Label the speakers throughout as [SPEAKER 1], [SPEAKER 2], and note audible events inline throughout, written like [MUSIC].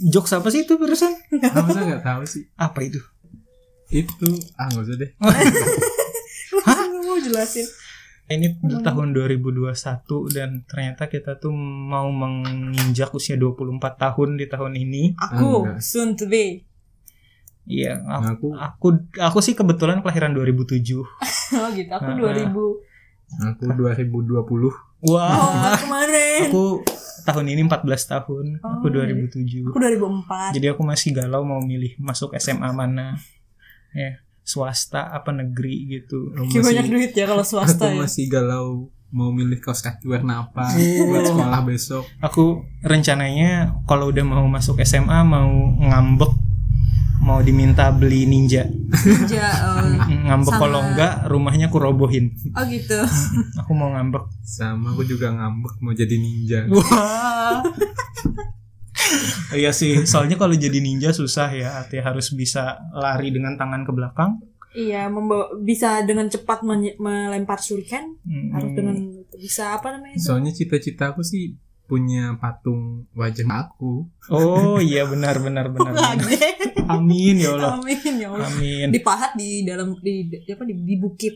[SPEAKER 1] Jokes apa sih itu barusan?
[SPEAKER 2] Ah, masa nggak tahu sih?
[SPEAKER 1] Apa itu?
[SPEAKER 2] Itu ah nggak usah deh.
[SPEAKER 3] mau jelasin
[SPEAKER 1] Ini tahun 2021 dan ternyata kita tuh mau menginjak usia 24 tahun di tahun ini.
[SPEAKER 3] aku
[SPEAKER 2] Enggak.
[SPEAKER 3] soon to be
[SPEAKER 1] Iya, aku
[SPEAKER 2] Aku
[SPEAKER 1] aku aku sih kebetulan kelahiran 2007.
[SPEAKER 3] [LAUGHS] oh gitu aku
[SPEAKER 1] Ah.
[SPEAKER 3] 2000
[SPEAKER 2] aku 2020.
[SPEAKER 3] oh
[SPEAKER 1] Wah,
[SPEAKER 3] kemarin
[SPEAKER 1] aku tahun ini 14 tahun. Aku 2007.
[SPEAKER 3] Oh, aku 2004
[SPEAKER 1] Jadi aku masih galau mau milih masuk SMA mana. Ya, swasta apa negeri gitu.
[SPEAKER 2] Aku
[SPEAKER 3] Kayak banyak
[SPEAKER 2] masih,
[SPEAKER 3] duit ya kalau swasta
[SPEAKER 2] aku
[SPEAKER 3] ya
[SPEAKER 2] masih galau mau milih kaos kaki warna apa
[SPEAKER 1] Iya.
[SPEAKER 2] buat sekolah besok.
[SPEAKER 1] Aku rencananya kalau udah mau masuk SMA mau ngambek mau diminta beli ninja.
[SPEAKER 3] Ninja, oh.
[SPEAKER 1] Ngambek
[SPEAKER 3] Sama-
[SPEAKER 1] kalau enggak rumahnya aku robohin.
[SPEAKER 3] oh gitu
[SPEAKER 1] Aku mau ngambek.
[SPEAKER 2] Sama aku juga ngambek mau jadi ninja.
[SPEAKER 1] Wah. iya sih, soalnya kalau jadi ninja susah ya, artinya harus bisa lari dengan tangan ke belakang.
[SPEAKER 3] iya membawa bisa dengan cepat menye- melempar shuriken
[SPEAKER 1] Hmm,
[SPEAKER 3] harus dengan bisa apa namanya [LAUGHS] itu
[SPEAKER 2] Soalnya cita-cita aku sih punya patung wajah aku.
[SPEAKER 1] Oh iya benar benar benar. benar.
[SPEAKER 3] lagi
[SPEAKER 1] Amin ya Allah.
[SPEAKER 3] amin ya Allah
[SPEAKER 1] Amin.
[SPEAKER 3] dipahat di dalam di, di- apa di, di bukit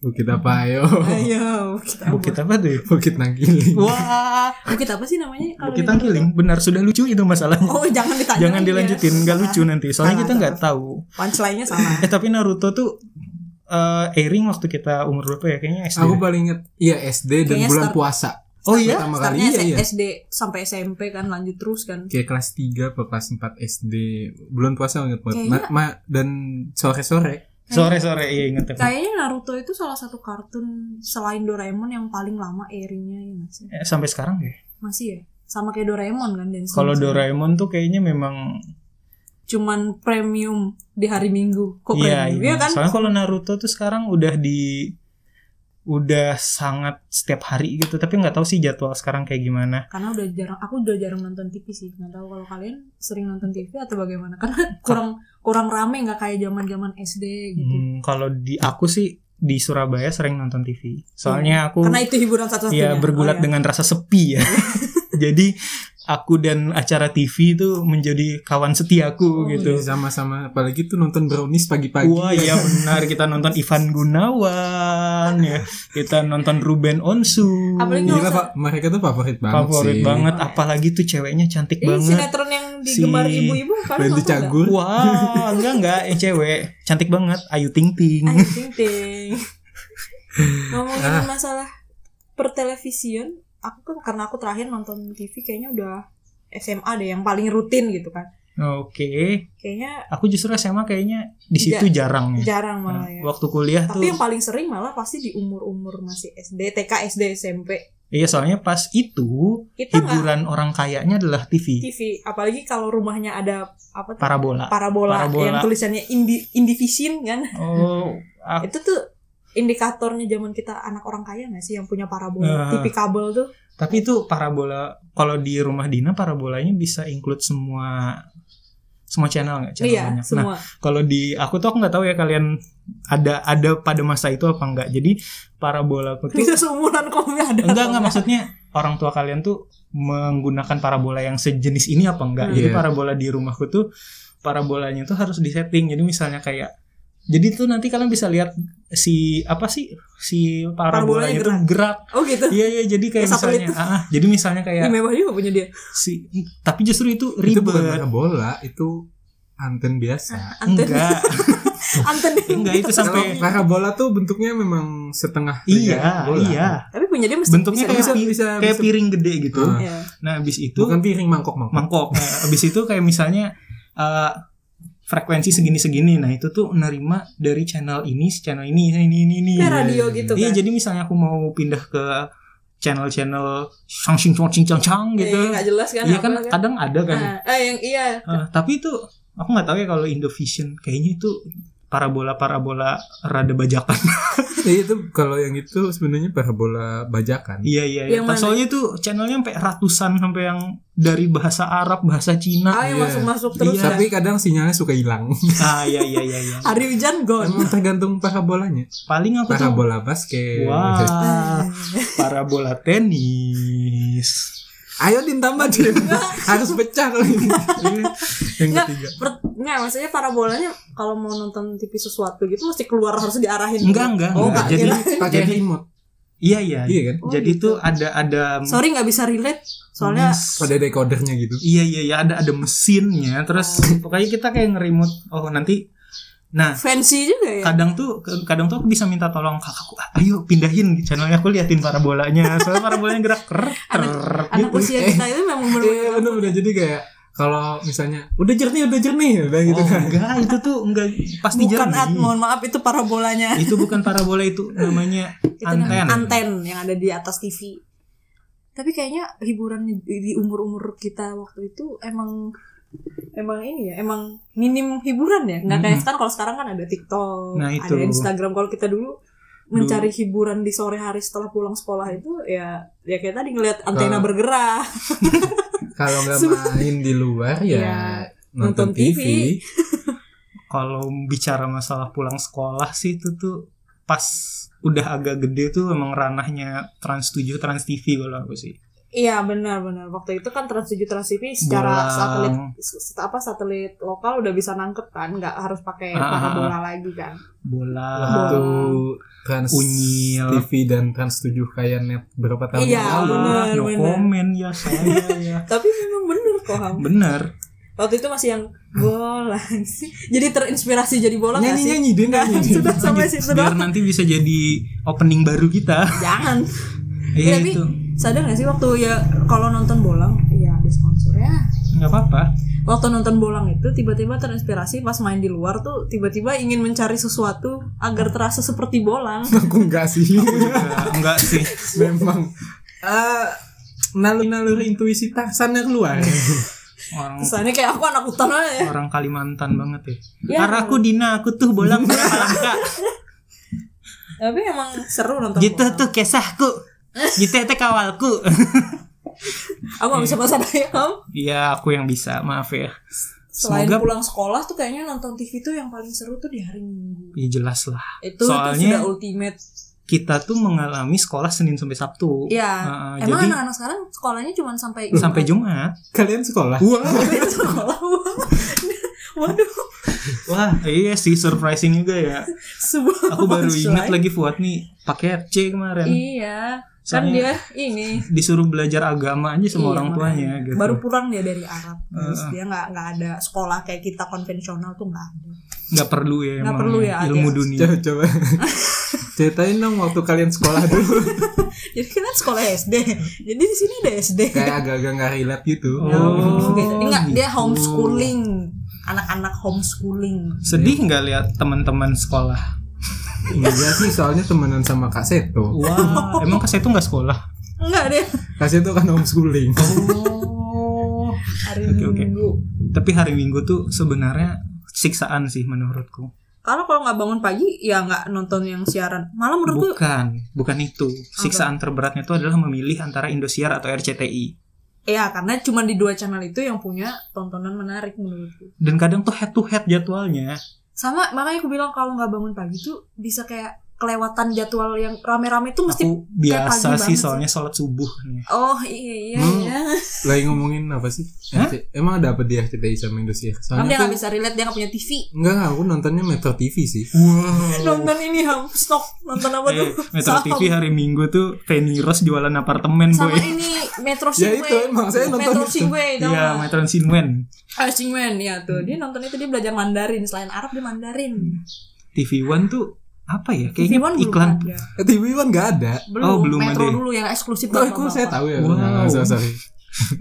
[SPEAKER 2] Bukit
[SPEAKER 1] Hmm.
[SPEAKER 2] apa ayo? [LAUGHS]
[SPEAKER 3] ayo bukit apa?
[SPEAKER 1] Oh. Bukit apa tuh? ya?
[SPEAKER 2] Bukit Nangkiling.
[SPEAKER 1] Wah,
[SPEAKER 3] Bukit apa sih namanya kalau
[SPEAKER 1] Bukit
[SPEAKER 3] di-
[SPEAKER 1] Tangkiling. Benar sudah lucu itu masalahnya.
[SPEAKER 3] oh jangan ditanya
[SPEAKER 1] Jangan
[SPEAKER 3] lagi ya.
[SPEAKER 1] dilanjutin, nggak lucu nanti. Soalnya kita nggak tahu.
[SPEAKER 3] punchline-nya salah
[SPEAKER 1] Eh tapi Naruto tuh eh, airing waktu kita umur berapa ya? Kayaknya SD.
[SPEAKER 2] Aku paling inget iya SD dan
[SPEAKER 3] Kayaknya
[SPEAKER 2] bulan
[SPEAKER 3] start-
[SPEAKER 2] puasa.
[SPEAKER 1] oh iya.
[SPEAKER 2] Pertama kali
[SPEAKER 3] Startnya
[SPEAKER 2] iya, iya.
[SPEAKER 3] SD sampai SMP kan lanjut terus kan.
[SPEAKER 2] Kayak kelas 3 atau kelas 4 SD. Bulan puasa banget banget.
[SPEAKER 3] Kayaknya-
[SPEAKER 2] Ma- ma- dan sore-sore.
[SPEAKER 1] Sore-sore iya ingat aku.
[SPEAKER 3] Kayaknya Naruto itu salah satu kartun selain Doraemon yang paling lama airingnya ya masih.
[SPEAKER 1] Eh, Sampai sekarang ya.
[SPEAKER 3] Masih ya? Sama kayak Doraemon kan dan
[SPEAKER 1] Kalau
[SPEAKER 3] Simpsons.
[SPEAKER 1] Doraemon tuh kayaknya memang
[SPEAKER 3] cuman premium di hari Minggu. Kok
[SPEAKER 1] Iya,
[SPEAKER 3] premium
[SPEAKER 1] iya.
[SPEAKER 3] ya kan?
[SPEAKER 1] Soalnya kalau Naruto tuh sekarang udah di udah sangat setiap hari gitu, tapi nggak tahu sih jadwal sekarang kayak gimana.
[SPEAKER 3] Karena udah jarang aku udah jarang nonton TV sih. Nggak tahu kalau kalian sering nonton TV atau bagaimana. [LAUGHS] Karena kurang kurang rame nggak kayak zaman-zaman SD gitu.
[SPEAKER 1] Hmm, kalau di aku sih di Surabaya sering nonton TV. Soalnya aku
[SPEAKER 3] Oh, Karena itu hiburan
[SPEAKER 1] ya
[SPEAKER 3] satu-satunya.
[SPEAKER 1] bergulat
[SPEAKER 3] Oh, iya.
[SPEAKER 1] dengan rasa sepi ya. [LAUGHS] Jadi aku dan acara TV itu menjadi kawan setiaku
[SPEAKER 3] Oh,
[SPEAKER 1] gitu.
[SPEAKER 2] Iya, Sama-sama. Apalagi tuh nonton brownies pagi-pagi.
[SPEAKER 1] Wah iya benar kita nonton Ivan Gunawan ya kita nonton Ruben Onsu Iya.
[SPEAKER 3] Apalagi
[SPEAKER 2] Gila,
[SPEAKER 3] nggak
[SPEAKER 2] Iya, Pak. mereka tuh favorit banget
[SPEAKER 1] favorit
[SPEAKER 2] sih.
[SPEAKER 1] banget apalagi tuh ceweknya cantik
[SPEAKER 3] Ini
[SPEAKER 1] banget
[SPEAKER 3] sinetron yang
[SPEAKER 1] Si-
[SPEAKER 3] digemari ibu-ibu kalian
[SPEAKER 2] Bantu
[SPEAKER 3] nonton nggak?
[SPEAKER 2] cagur.
[SPEAKER 1] Wah, enggak enggak, eh cewek cantik banget, Ayu Ting Ting. [LAUGHS]
[SPEAKER 3] Ayo ting ting.
[SPEAKER 1] Ah.
[SPEAKER 3] Ngomongin masalah pertelevisian, aku kan karena aku terakhir nonton TV kayaknya udah SMA deh yang paling rutin gitu kan.
[SPEAKER 1] Oke,
[SPEAKER 3] Kayaknya
[SPEAKER 1] aku justru SMA kayaknya di situ jarang ya.
[SPEAKER 3] jarang malah ya.
[SPEAKER 1] Waktu kuliah
[SPEAKER 3] Tapi
[SPEAKER 1] tuh,
[SPEAKER 3] yang paling sering malah pasti di umur-umur masih SD, TK, SD, SMP.
[SPEAKER 1] iya soalnya pas itu
[SPEAKER 3] Kita nggak
[SPEAKER 1] hiburan orang kayaknya adalah TV,
[SPEAKER 3] TV, apalagi kalau rumahnya ada apa tuh?
[SPEAKER 1] parabola.
[SPEAKER 3] Parabola,
[SPEAKER 1] Parabola.
[SPEAKER 3] yang tulisannya indi indivision kan.
[SPEAKER 1] Oh, aku,
[SPEAKER 3] Itu tuh indikatornya zaman kita anak orang kaya nggak sih yang punya parabola,
[SPEAKER 1] Ah.
[SPEAKER 3] TV kabel tuh.
[SPEAKER 1] tapi itu parabola. Kalau di rumah Dina parabolanya bisa include semua semua channel nggak channel
[SPEAKER 3] iya,
[SPEAKER 1] banyak. Nah,
[SPEAKER 3] semua.
[SPEAKER 1] kalau di aku tuh aku nggak tahu ya kalian ada ada pada masa itu apa enggak. Jadi parabola aku tuh
[SPEAKER 3] [LAUGHS] Bisa seumuran kamu ada.
[SPEAKER 1] enggak enggak maksudnya orang tua kalian tuh menggunakan parabola yang sejenis ini apa enggak
[SPEAKER 3] Hmm.
[SPEAKER 1] jadi
[SPEAKER 2] Iya.
[SPEAKER 1] parabola di rumahku tuh parabolanya tuh harus disetting jadi misalnya kayak jadi tuh nanti kalian bisa lihat si apa sih si
[SPEAKER 3] Parabolanya
[SPEAKER 1] parabolanya, itu gerak
[SPEAKER 3] Oh gitu.
[SPEAKER 1] iya iya jadi kayak
[SPEAKER 3] Kayak satelit
[SPEAKER 1] misalnya ah, ah, jadi misalnya
[SPEAKER 3] Ya.
[SPEAKER 1] kayak
[SPEAKER 3] mewah juga punya dia.
[SPEAKER 1] si tapi justru itu
[SPEAKER 2] Itu bukan
[SPEAKER 1] ribet
[SPEAKER 2] bola, bola, itu anten biasa.
[SPEAKER 3] Anten,
[SPEAKER 1] enggak
[SPEAKER 3] [LAUGHS] anten yang
[SPEAKER 1] enggak itu
[SPEAKER 2] Kalau
[SPEAKER 1] [LAUGHS] sampai
[SPEAKER 2] parabola tuh bentuknya memang setengah [LAUGHS]
[SPEAKER 1] iya
[SPEAKER 2] bola.
[SPEAKER 1] iya
[SPEAKER 3] Tapi punya dia mesti
[SPEAKER 1] bentuknya
[SPEAKER 3] bisa-
[SPEAKER 1] kayak
[SPEAKER 2] bisa,
[SPEAKER 1] pi-
[SPEAKER 2] bisa,
[SPEAKER 1] kayak
[SPEAKER 2] bisa.
[SPEAKER 1] piring gede gitu
[SPEAKER 2] Ah.
[SPEAKER 3] Iya.
[SPEAKER 1] nah habis itu
[SPEAKER 2] Bukan piring mangkok mangkok.
[SPEAKER 1] mangkok. Nah, abis itu kayak misalnya eh, frekuensi segini-segini. Nah itu tuh nerima dari channel ini, si channel ini, ini, ini, ini.
[SPEAKER 3] Kayak
[SPEAKER 2] Iya,
[SPEAKER 3] radio
[SPEAKER 2] iya.
[SPEAKER 3] gitu
[SPEAKER 1] Iya,
[SPEAKER 3] kan.
[SPEAKER 1] jadi misalnya aku mau pindah ke channel-channel sang sing cong cing cang cang gitu.
[SPEAKER 3] Eh, nggak jelas kan.
[SPEAKER 1] Iya kan,
[SPEAKER 3] apa
[SPEAKER 1] kadang ada kan.
[SPEAKER 3] Ah, eh, yang iya.
[SPEAKER 1] Eh, tapi itu aku nggak tahu ya kalau Indovision kayaknya itu parabola-parabola rada bajakan.
[SPEAKER 2] Iya, itu kalau yang itu sebenarnya parabola bajakan.
[SPEAKER 1] Iya iya. iya.
[SPEAKER 3] Yang mana?
[SPEAKER 1] Soalnya itu channelnya sampai ratusan sampai yang dari bahasa Arab, bahasa Cina.
[SPEAKER 3] Ah, yang
[SPEAKER 2] Iya.
[SPEAKER 3] masuk-masuk terus.
[SPEAKER 1] Iya.
[SPEAKER 3] kan?
[SPEAKER 2] Tapi kadang sinyalnya
[SPEAKER 1] [LAUGHS]
[SPEAKER 2] suka hilang.
[SPEAKER 1] ah iya iya iya.
[SPEAKER 3] [LAUGHS]
[SPEAKER 1] iya.
[SPEAKER 3] Hari hujan gone.
[SPEAKER 2] Emang tergantung parabolanya.
[SPEAKER 1] Paling aku tuh
[SPEAKER 2] Parabola basket.
[SPEAKER 1] Wah,
[SPEAKER 3] Ah.
[SPEAKER 1] parabola tenis.
[SPEAKER 2] Ayo Din tambah Din. [LAUGHS] Harus pecah kali ini.
[SPEAKER 1] yang
[SPEAKER 3] Nggak.
[SPEAKER 1] ketiga
[SPEAKER 3] Per- Nggak, maksudnya parabolanya kalau mau nonton TV sesuatu gitu mesti keluar harus diarahin.
[SPEAKER 1] enggak enggak,
[SPEAKER 3] Oh,
[SPEAKER 1] enggak.
[SPEAKER 3] enggak.
[SPEAKER 1] jadi
[SPEAKER 2] Nah, Pakai
[SPEAKER 1] Jadi-
[SPEAKER 2] remote.
[SPEAKER 1] iya iya
[SPEAKER 2] Iya kan?
[SPEAKER 3] Oh,
[SPEAKER 1] jadi
[SPEAKER 3] gitu.
[SPEAKER 1] tuh ada ada
[SPEAKER 3] Sorry nggak bisa relate soalnya
[SPEAKER 2] Pada decodernya gitu.
[SPEAKER 1] iya iya iya ada ada mesinnya terus
[SPEAKER 3] Oh.
[SPEAKER 1] pokoknya kita kayak ngerimut oh nanti nah
[SPEAKER 3] fancy juga ya.
[SPEAKER 1] kadang tuh kadang tuh aku bisa minta tolong kakakku "Ah, ayo pindahin channelnya aku liatin parabolanya soalnya parabolanya gerak gitu. ker ter
[SPEAKER 3] Anak usia kita itu memang
[SPEAKER 2] Iya
[SPEAKER 3] benar
[SPEAKER 2] bener-bener jadi kayak kalau misalnya udah jernih udah jernih udah gitu
[SPEAKER 1] oh,
[SPEAKER 2] kan.
[SPEAKER 1] enggak itu tuh enggak pasti
[SPEAKER 3] bukan
[SPEAKER 1] jernih.
[SPEAKER 3] at, mohon maaf itu parabolanya.
[SPEAKER 1] itu bukan parabola itu namanya
[SPEAKER 3] [LAUGHS] itu
[SPEAKER 1] anten
[SPEAKER 3] namanya anten yang ada di atas TV. Tapi kayaknya hiburan di di umur-umur kita waktu itu emang emang ini ya, emang minim hiburan ya. Nggak kayak
[SPEAKER 1] Mm-mm.
[SPEAKER 3] sekarang kalau sekarang kan ada TikTok,
[SPEAKER 1] Nah, itu.
[SPEAKER 3] ada Instagram. Kalau kita dulu mencari hiburan di sore hari setelah pulang sekolah itu ya ya kayak tadi ngeliat
[SPEAKER 1] Nah.
[SPEAKER 3] antena
[SPEAKER 2] Kalau-
[SPEAKER 3] bergerak.
[SPEAKER 2] [LAUGHS] Kalau nggak main di luar
[SPEAKER 3] Iya.
[SPEAKER 2] ya nonton
[SPEAKER 3] Nonton TV.
[SPEAKER 2] TV.
[SPEAKER 1] kalau bicara masalah pulang sekolah sih itu tuh pas udah agak gede tuh emang ranahnya Trans 7 Trans TV kalau aku sih
[SPEAKER 3] Iya benar benar. Waktu itu kan Trans 7 Trans TV secara
[SPEAKER 1] Bolang.
[SPEAKER 3] satelit s- apa satelit lokal udah bisa nangkep kan, nggak harus pakai
[SPEAKER 1] Ah.
[SPEAKER 3] parabola lagi kan.
[SPEAKER 1] bola
[SPEAKER 3] Bola.
[SPEAKER 2] waktu Trans
[SPEAKER 1] Unyil.
[SPEAKER 2] TV dan Trans 7 kayak net berapa tahun
[SPEAKER 3] Iya,
[SPEAKER 2] yang lalu.
[SPEAKER 3] bener.
[SPEAKER 1] no
[SPEAKER 3] benar.
[SPEAKER 1] komen ya saya ya
[SPEAKER 3] Tapi memang bener kok. Ham. [LAUGHS]
[SPEAKER 1] bener
[SPEAKER 3] Waktu itu masih yang bola. [LAUGHS] jadi terinspirasi jadi bola nggak
[SPEAKER 2] Nyanyi
[SPEAKER 3] sih?
[SPEAKER 2] nyanyi dia
[SPEAKER 3] Nah,
[SPEAKER 2] nyanyi.
[SPEAKER 3] sudah sampai situ
[SPEAKER 1] biar
[SPEAKER 3] doang.
[SPEAKER 1] nanti bisa jadi opening baru kita
[SPEAKER 3] Jangan.
[SPEAKER 1] iya
[SPEAKER 3] tapi
[SPEAKER 1] itu
[SPEAKER 3] sadar gak sih waktu ya kalau nonton bolang, ya ada sponsor ya.
[SPEAKER 1] nggak apa-apa
[SPEAKER 3] Waktu nonton bolang itu tiba-tiba terinspirasi pas main di luar tuh tiba-tiba ingin mencari sesuatu agar terasa seperti
[SPEAKER 1] [LAUGHS]
[SPEAKER 3] bolang.
[SPEAKER 2] [LAUGHS] Aku enggak sih.
[SPEAKER 1] Nggak- nggak sih
[SPEAKER 2] [LAUGHS] Memang eh nalur-nalur intuisi Tarsan yang [LAUGHS] keluar.
[SPEAKER 3] [LAUGHS]
[SPEAKER 1] orang
[SPEAKER 3] Kesannya kayak aku anak hutan aja. ya.
[SPEAKER 1] orang Kalimantan banget ya.
[SPEAKER 3] Ya.
[SPEAKER 1] Karena aku Dina, aku tuh bolang
[SPEAKER 3] [LAUGHS]
[SPEAKER 1] Palangka.
[SPEAKER 3] Tapi emang seru nonton
[SPEAKER 1] gitu
[SPEAKER 3] bola.
[SPEAKER 1] tuh kesahku. Gitu teh kawalku. [LAUGHS]
[SPEAKER 3] Aku gak bisa bahasa Dayak Om.
[SPEAKER 1] Iya, aku yang bisa, maaf ya.
[SPEAKER 3] Selain
[SPEAKER 1] Semoga-
[SPEAKER 3] pulang sekolah tuh kayaknya nonton TV tuh yang paling seru tuh di hari Minggu.
[SPEAKER 1] Ya jelas lah.
[SPEAKER 3] Itu itu
[SPEAKER 1] Soalnya-
[SPEAKER 3] sudah ultimate.
[SPEAKER 1] Kita tuh mengalami sekolah Senin sampai Sabtu.
[SPEAKER 3] Iya.
[SPEAKER 1] Heeh,
[SPEAKER 3] Emang
[SPEAKER 1] jadi
[SPEAKER 3] anak-anak sekarang sekolahnya cuma sampai
[SPEAKER 1] sampai Jumat.
[SPEAKER 2] Kalian sekolah?
[SPEAKER 1] Wah,
[SPEAKER 3] Sampai [LAUGHS] sekolah. Waduh,
[SPEAKER 1] wah, iya sih surprising juga
[SPEAKER 3] [LAUGHS]
[SPEAKER 1] ya.
[SPEAKER 3] sebuah
[SPEAKER 1] Aku baru ingat
[SPEAKER 3] punchline.
[SPEAKER 1] lagi Fuad nih pakai C kemarin.
[SPEAKER 3] Iya, kan
[SPEAKER 1] Soalnya
[SPEAKER 3] dia ini
[SPEAKER 1] disuruh belajar agama aja sama
[SPEAKER 3] Iya,
[SPEAKER 1] orang tuanya
[SPEAKER 3] makanya.
[SPEAKER 1] gitu.
[SPEAKER 3] Baru pulang dia dari Arab. Terus
[SPEAKER 1] Heeh.
[SPEAKER 3] dia nggak nggak ada sekolah kayak kita konvensional tuh nggak ada.
[SPEAKER 1] nggak perlu ya
[SPEAKER 3] Nggak
[SPEAKER 1] emang
[SPEAKER 3] perlu ya,
[SPEAKER 1] ilmu
[SPEAKER 3] ada.
[SPEAKER 1] dunia.
[SPEAKER 2] [LAUGHS] Coba, coba. [LAUGHS] Ceritain dong waktu kalian sekolah [LAUGHS] dulu
[SPEAKER 3] Jadi kita sekolah SD. Jadi di sini ada SD.
[SPEAKER 2] Kayak agak-agak gak relate gitu
[SPEAKER 1] Oh,
[SPEAKER 3] gitu. Enggak, dia
[SPEAKER 1] gitu.
[SPEAKER 3] homeschooling. Anak-anak homeschooling.
[SPEAKER 1] Sedih nggak lihat teman-teman sekolah?
[SPEAKER 2] Iya sih soalnya temenan sama Kak Seto
[SPEAKER 1] Wah, emang kasih itu nggak sekolah?
[SPEAKER 3] Enggak deh.
[SPEAKER 2] Kak Seto kan homeschooling
[SPEAKER 1] Oh.
[SPEAKER 3] Hari
[SPEAKER 1] Oke, oke.
[SPEAKER 3] Minggu.
[SPEAKER 1] Tapi hari Minggu tuh sebenarnya siksaan sih menurutku.
[SPEAKER 3] Kalau kalau nggak bangun pagi ya nggak nonton yang siaran. Malah menurutku
[SPEAKER 1] Bukan, bukan itu. Siksaan terberatnya itu adalah memilih antara Indosiar atau RCTI.
[SPEAKER 3] ya karena cuma di dua channel itu yang punya tontonan menarik menurutku.
[SPEAKER 1] Dan kadang tuh head to head jadwalnya.
[SPEAKER 3] Sama makanya aku bilang kalau nggak bangun pagi tuh bisa kayak kelewatan jadwal yang rame-rame tuh mesti
[SPEAKER 1] Aku biasa
[SPEAKER 3] pagi
[SPEAKER 1] sih
[SPEAKER 3] banget sih.
[SPEAKER 1] soalnya sholat subuh nih.
[SPEAKER 3] Oh iya iya
[SPEAKER 2] Hmm.
[SPEAKER 3] iya.
[SPEAKER 2] Lagi ngomongin apa sih?
[SPEAKER 1] Hah?
[SPEAKER 2] RC Emang ada apa di RCTI sama Indosiar?
[SPEAKER 3] Tapi dia
[SPEAKER 2] Soalnya
[SPEAKER 3] nggak
[SPEAKER 2] aku iya.
[SPEAKER 3] bisa relate dia nggak punya TV.
[SPEAKER 2] Enggak, enggak, aku nontonnya Metro TV sih
[SPEAKER 1] Wow.
[SPEAKER 3] Nonton ini ham stok nonton apa tuh?
[SPEAKER 1] Eh, Metro
[SPEAKER 3] Saham.
[SPEAKER 1] TV hari Minggu tuh Feni Rose jualan apartemen,
[SPEAKER 3] sama
[SPEAKER 1] Boy.
[SPEAKER 3] ini Metro
[SPEAKER 2] Ya
[SPEAKER 3] Singway.
[SPEAKER 2] itu emang, saya nonton
[SPEAKER 3] Metro
[SPEAKER 2] itu.
[SPEAKER 3] Singway tau nggak?
[SPEAKER 1] Iya, Metro Sinwen.
[SPEAKER 3] Ah, Singwen ya tuh. Dia nonton itu dia belajar Mandarin. Selain Arab dia Mandarin.
[SPEAKER 1] TV One tuh apa ya? Kayaknya
[SPEAKER 3] Taiwan belum
[SPEAKER 1] iklan
[SPEAKER 3] ada.
[SPEAKER 2] Eh, TV One gak ada
[SPEAKER 3] Belum,
[SPEAKER 1] Oh, belum ada
[SPEAKER 3] Metro
[SPEAKER 1] ya?
[SPEAKER 3] dulu yang eksklusif
[SPEAKER 2] Oh, aku
[SPEAKER 3] bapak-bapak.
[SPEAKER 2] saya tahu ya
[SPEAKER 1] Wow.
[SPEAKER 2] Nah, sorry, sorry.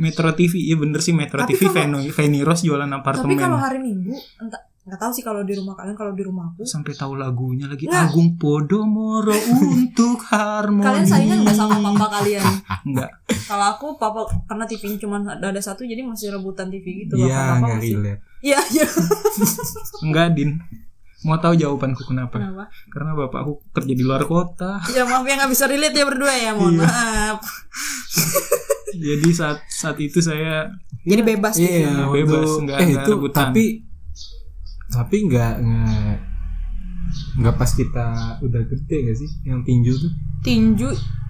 [SPEAKER 1] Metro TV. Iya bener sih Metro
[SPEAKER 3] Tapi
[SPEAKER 1] TV
[SPEAKER 3] kalau-
[SPEAKER 1] Feni, Feni Rose jualan
[SPEAKER 3] Tapi
[SPEAKER 1] apartemen.
[SPEAKER 3] kalau hari Minggu entah nggak tahu sih kalau di rumah kalian kalau di rumah aku
[SPEAKER 1] sampai tahu lagunya lagi
[SPEAKER 3] Nggak.
[SPEAKER 1] Agung
[SPEAKER 3] [LAUGHS]
[SPEAKER 1] Podomoro untuk harmoni.
[SPEAKER 3] kalian saingan nggak sama papa kalian
[SPEAKER 1] Nggak.
[SPEAKER 3] kalau aku papa karena TV cuma ada ada satu jadi masih rebutan TV gitu
[SPEAKER 2] Iya,
[SPEAKER 3] Bapak-bapak
[SPEAKER 2] gak
[SPEAKER 3] masih-
[SPEAKER 2] relate
[SPEAKER 3] iya iya
[SPEAKER 1] Enggak, Din. Mau tahu jawabanku kenapa?
[SPEAKER 3] kenapa
[SPEAKER 1] Karena bapakku kerja di luar kota.
[SPEAKER 3] ya maaf ya nggak bisa relate ya berdua ya
[SPEAKER 1] Iya.
[SPEAKER 3] mohon maaf
[SPEAKER 1] Jadi saat saat itu saya
[SPEAKER 3] jadi bebas
[SPEAKER 2] Iya,
[SPEAKER 1] Iya,
[SPEAKER 2] waktu-
[SPEAKER 1] bebas, nggak-
[SPEAKER 2] eh,
[SPEAKER 1] nggak
[SPEAKER 2] itu
[SPEAKER 1] rebutan.
[SPEAKER 2] tapi tapi nggak nggak nggak pas kita udah gede gak sih yang tinju tuh?
[SPEAKER 3] tinju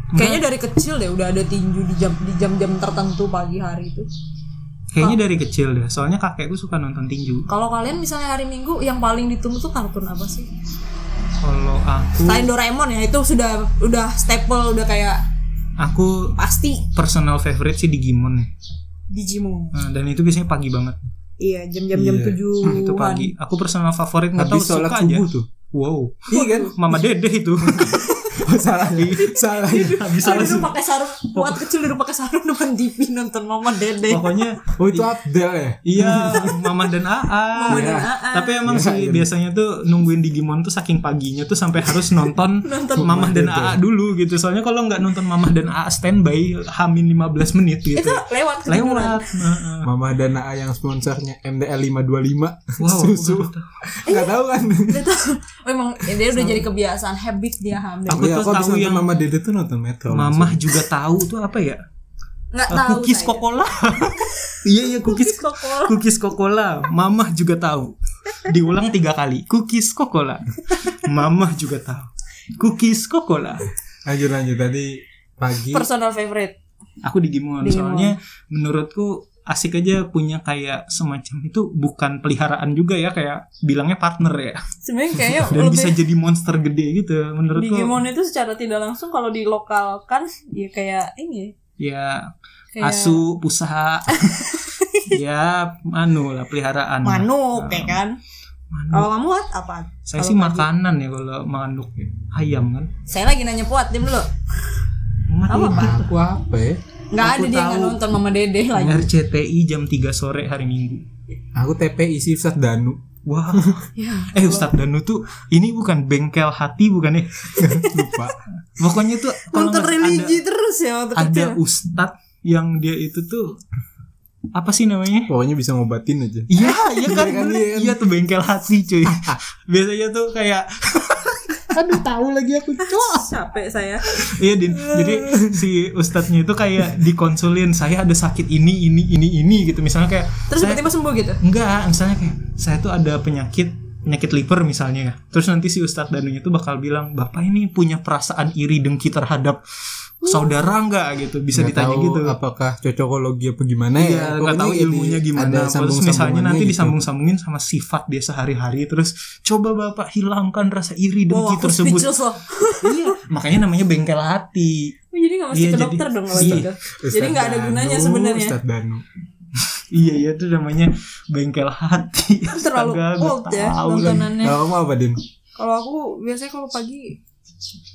[SPEAKER 2] Iya.
[SPEAKER 3] Kayaknya dari kecil deh udah ada tinju di jam di jam-jam tertentu pagi hari itu.
[SPEAKER 1] Kayaknya
[SPEAKER 3] Oh.
[SPEAKER 1] dari kecil deh. Soalnya kakekku suka nonton tinju.
[SPEAKER 3] Kalau kalian misalnya hari Minggu yang paling ditunggu tuh kartun apa sih?
[SPEAKER 1] Kalau aku,
[SPEAKER 3] Selain Doraemon ya itu sudah udah staple udah kayak
[SPEAKER 1] aku
[SPEAKER 3] pasti
[SPEAKER 1] personal favorite sih Digimon ya.
[SPEAKER 3] Digimon.
[SPEAKER 1] Nah, dan itu biasanya pagi banget.
[SPEAKER 3] Iya, jam-jam jam
[SPEAKER 2] Iya,
[SPEAKER 3] tujuh.
[SPEAKER 1] Hmm, Itu pagi. Aku personal favorit nggak tahu
[SPEAKER 2] Habis
[SPEAKER 1] suka
[SPEAKER 2] sholat
[SPEAKER 1] aja.
[SPEAKER 2] subuh tuh. [LAUGHS]
[SPEAKER 1] Wow.
[SPEAKER 2] Iya kan?
[SPEAKER 1] Mama Dede itu.
[SPEAKER 2] Oh, salah nih. Salah nih. Habis
[SPEAKER 3] Saya
[SPEAKER 2] sholat
[SPEAKER 3] dulu
[SPEAKER 2] subuh.
[SPEAKER 3] pakai sarung, buat kecil dulu pakai sarung depan TV nonton Mama Dede.
[SPEAKER 1] [LAUGHS] Pokoknya
[SPEAKER 2] Oh, itu Abdel ya?
[SPEAKER 1] iya ah, Mama dan AA.
[SPEAKER 3] Mama
[SPEAKER 2] Iya.
[SPEAKER 3] dan Aa.
[SPEAKER 1] Tapi emang
[SPEAKER 2] Iya,
[SPEAKER 1] sih
[SPEAKER 2] iya.
[SPEAKER 1] biasanya tuh nungguin Digimon tuh saking paginya tuh sampai harus nonton,
[SPEAKER 3] Nonton.
[SPEAKER 1] Mamah dan
[SPEAKER 2] Mama Dede.
[SPEAKER 1] AA dulu gitu. Soalnya kalau nggak nonton Mamah dan AA standby hamin 15 menit gitu.
[SPEAKER 3] itu lewat
[SPEAKER 1] Lewat. Nah, nah.
[SPEAKER 2] Mama dan Naa yang sponsornya MDL 525
[SPEAKER 1] Wow, Iya. aku
[SPEAKER 2] susu.
[SPEAKER 1] baru tahu.
[SPEAKER 2] Nggak tahu kan?
[SPEAKER 3] Dia tuh [LAUGHS] emang eh, dia udah jadi kebiasaan habit dia hamil.
[SPEAKER 1] Aku
[SPEAKER 2] Iya,
[SPEAKER 1] tuh
[SPEAKER 2] aku habis
[SPEAKER 1] tahu
[SPEAKER 2] nonton
[SPEAKER 1] yang-
[SPEAKER 2] Mama Dede tuh nonton Metro.
[SPEAKER 1] Mamah juga tahu tuh apa ya?
[SPEAKER 3] Nggak
[SPEAKER 1] Eh,
[SPEAKER 3] tahu.
[SPEAKER 1] Cookies
[SPEAKER 3] saya.
[SPEAKER 1] Coca-Cola. [LAUGHS] iya iya cookies
[SPEAKER 3] Cookies Coca-Cola.
[SPEAKER 1] [LAUGHS] Cookies Coca-Cola. Mamah juga tahu. Diulang tiga kali. Cookies Coca-Cola. Mamah juga tahu. Cookies Coca-Cola.
[SPEAKER 2] langsung. Lanjut lanjut tadi
[SPEAKER 1] Iya.
[SPEAKER 2] pagi.
[SPEAKER 3] Personal favorite.
[SPEAKER 1] Aku Digimon.
[SPEAKER 3] Digimon.
[SPEAKER 1] Soalnya menurutku asik aja punya kayak semacam itu bukan peliharaan juga ya kayak bilangnya partner ya
[SPEAKER 3] Sebenarnya kayaknya
[SPEAKER 1] [LAUGHS] dan
[SPEAKER 3] lebih
[SPEAKER 1] bisa jadi monster gede gitu menurutku
[SPEAKER 3] Digimon itu secara tidak langsung kalau dilokalkan ya kayak ini
[SPEAKER 1] ya
[SPEAKER 3] kayak
[SPEAKER 1] asu pusaka [LAUGHS] ya anu lah peliharaan Nah.
[SPEAKER 3] manuk ya kan.
[SPEAKER 1] Manuk.
[SPEAKER 3] Kalau kamu Wat, apa?
[SPEAKER 1] Saya
[SPEAKER 3] Kalau
[SPEAKER 1] sih
[SPEAKER 3] pagi.
[SPEAKER 1] makanan ya kalau manuk ya. ayam kan.
[SPEAKER 3] Saya lagi nanya puat diam dulu. Apa apa?
[SPEAKER 2] Aku apa ya?
[SPEAKER 3] Nggak
[SPEAKER 2] Aku
[SPEAKER 3] ada dia nggak
[SPEAKER 2] tahu.
[SPEAKER 3] nonton Mama Dede lagi.
[SPEAKER 1] RCTI jam 3 sore hari Minggu.
[SPEAKER 2] Aku TPI sih Ustaz Danu.
[SPEAKER 1] Wah.
[SPEAKER 3] Ya.
[SPEAKER 1] eh Ustadz Danu tuh ini bukan bengkel hati bukan ya?
[SPEAKER 2] Lupa.
[SPEAKER 1] Pokoknya tuh kalau
[SPEAKER 3] Nonton
[SPEAKER 1] nggak
[SPEAKER 3] religi terus ya waktu
[SPEAKER 1] ada, ada
[SPEAKER 3] kecil.
[SPEAKER 1] Ustadz yang dia itu tuh apa sih
[SPEAKER 2] [LAUGHS]
[SPEAKER 1] namanya?
[SPEAKER 2] Pokoknya bisa ngobatin aja.
[SPEAKER 1] Iya, iya kan,
[SPEAKER 2] Iya kan,
[SPEAKER 1] bener.
[SPEAKER 2] iya kan.
[SPEAKER 1] iya tuh bengkel hati cuy. Biasanya tuh kayak aduh tahu lagi aku cok.
[SPEAKER 3] Capek saya.
[SPEAKER 1] Iya Din, jadi si ustadznya itu kayak dikonsulin saya ada sakit ini ini ini ini gitu misalnya kayak
[SPEAKER 3] Terus
[SPEAKER 1] saya,
[SPEAKER 3] tiba-tiba sembuh gitu.
[SPEAKER 1] enggak misalnya kayak saya tuh ada penyakit penyakit liver misalnya ya. Terus nanti si ustadz danunya tuh bakal bilang bapak ini punya perasaan iri dengki terhadap saudara enggak gitu bisa
[SPEAKER 2] Nggak
[SPEAKER 1] ditanya
[SPEAKER 2] tahu
[SPEAKER 1] gitu.
[SPEAKER 2] apakah cocokologi apa gimana ya?
[SPEAKER 1] Iya, nggak
[SPEAKER 2] Pokoknya
[SPEAKER 1] tahu
[SPEAKER 2] jadi
[SPEAKER 1] ilmunya gimana.
[SPEAKER 2] Ada
[SPEAKER 1] Terus
[SPEAKER 2] sambung
[SPEAKER 1] misalnya nanti
[SPEAKER 2] gitu.
[SPEAKER 1] disambung-sambungin sama sifat dia sehari-hari. Terus coba bapak hilangkan rasa iri
[SPEAKER 3] Wow,
[SPEAKER 1] dengki
[SPEAKER 3] aku
[SPEAKER 1] tersebut.
[SPEAKER 3] speechless loh.
[SPEAKER 1] Iya, makanya namanya bengkel hati.
[SPEAKER 3] Oh, jadi nggak mesti
[SPEAKER 1] Iya,
[SPEAKER 3] ke
[SPEAKER 1] jadi-
[SPEAKER 3] dokter dong kalau
[SPEAKER 1] iya.
[SPEAKER 3] gitu.
[SPEAKER 2] Ustaz
[SPEAKER 3] Jadi nggak ada
[SPEAKER 2] Danu,
[SPEAKER 3] gunanya sebenarnya.
[SPEAKER 2] Ustaz Danu.
[SPEAKER 1] Iya iya itu namanya bengkel hati.
[SPEAKER 3] Terlalu
[SPEAKER 1] Astaga, gua
[SPEAKER 3] old ya
[SPEAKER 1] tahu lagi.
[SPEAKER 3] nontonannya.
[SPEAKER 2] Kalau kamu apa Din?
[SPEAKER 3] Kalau aku biasanya kalau pagi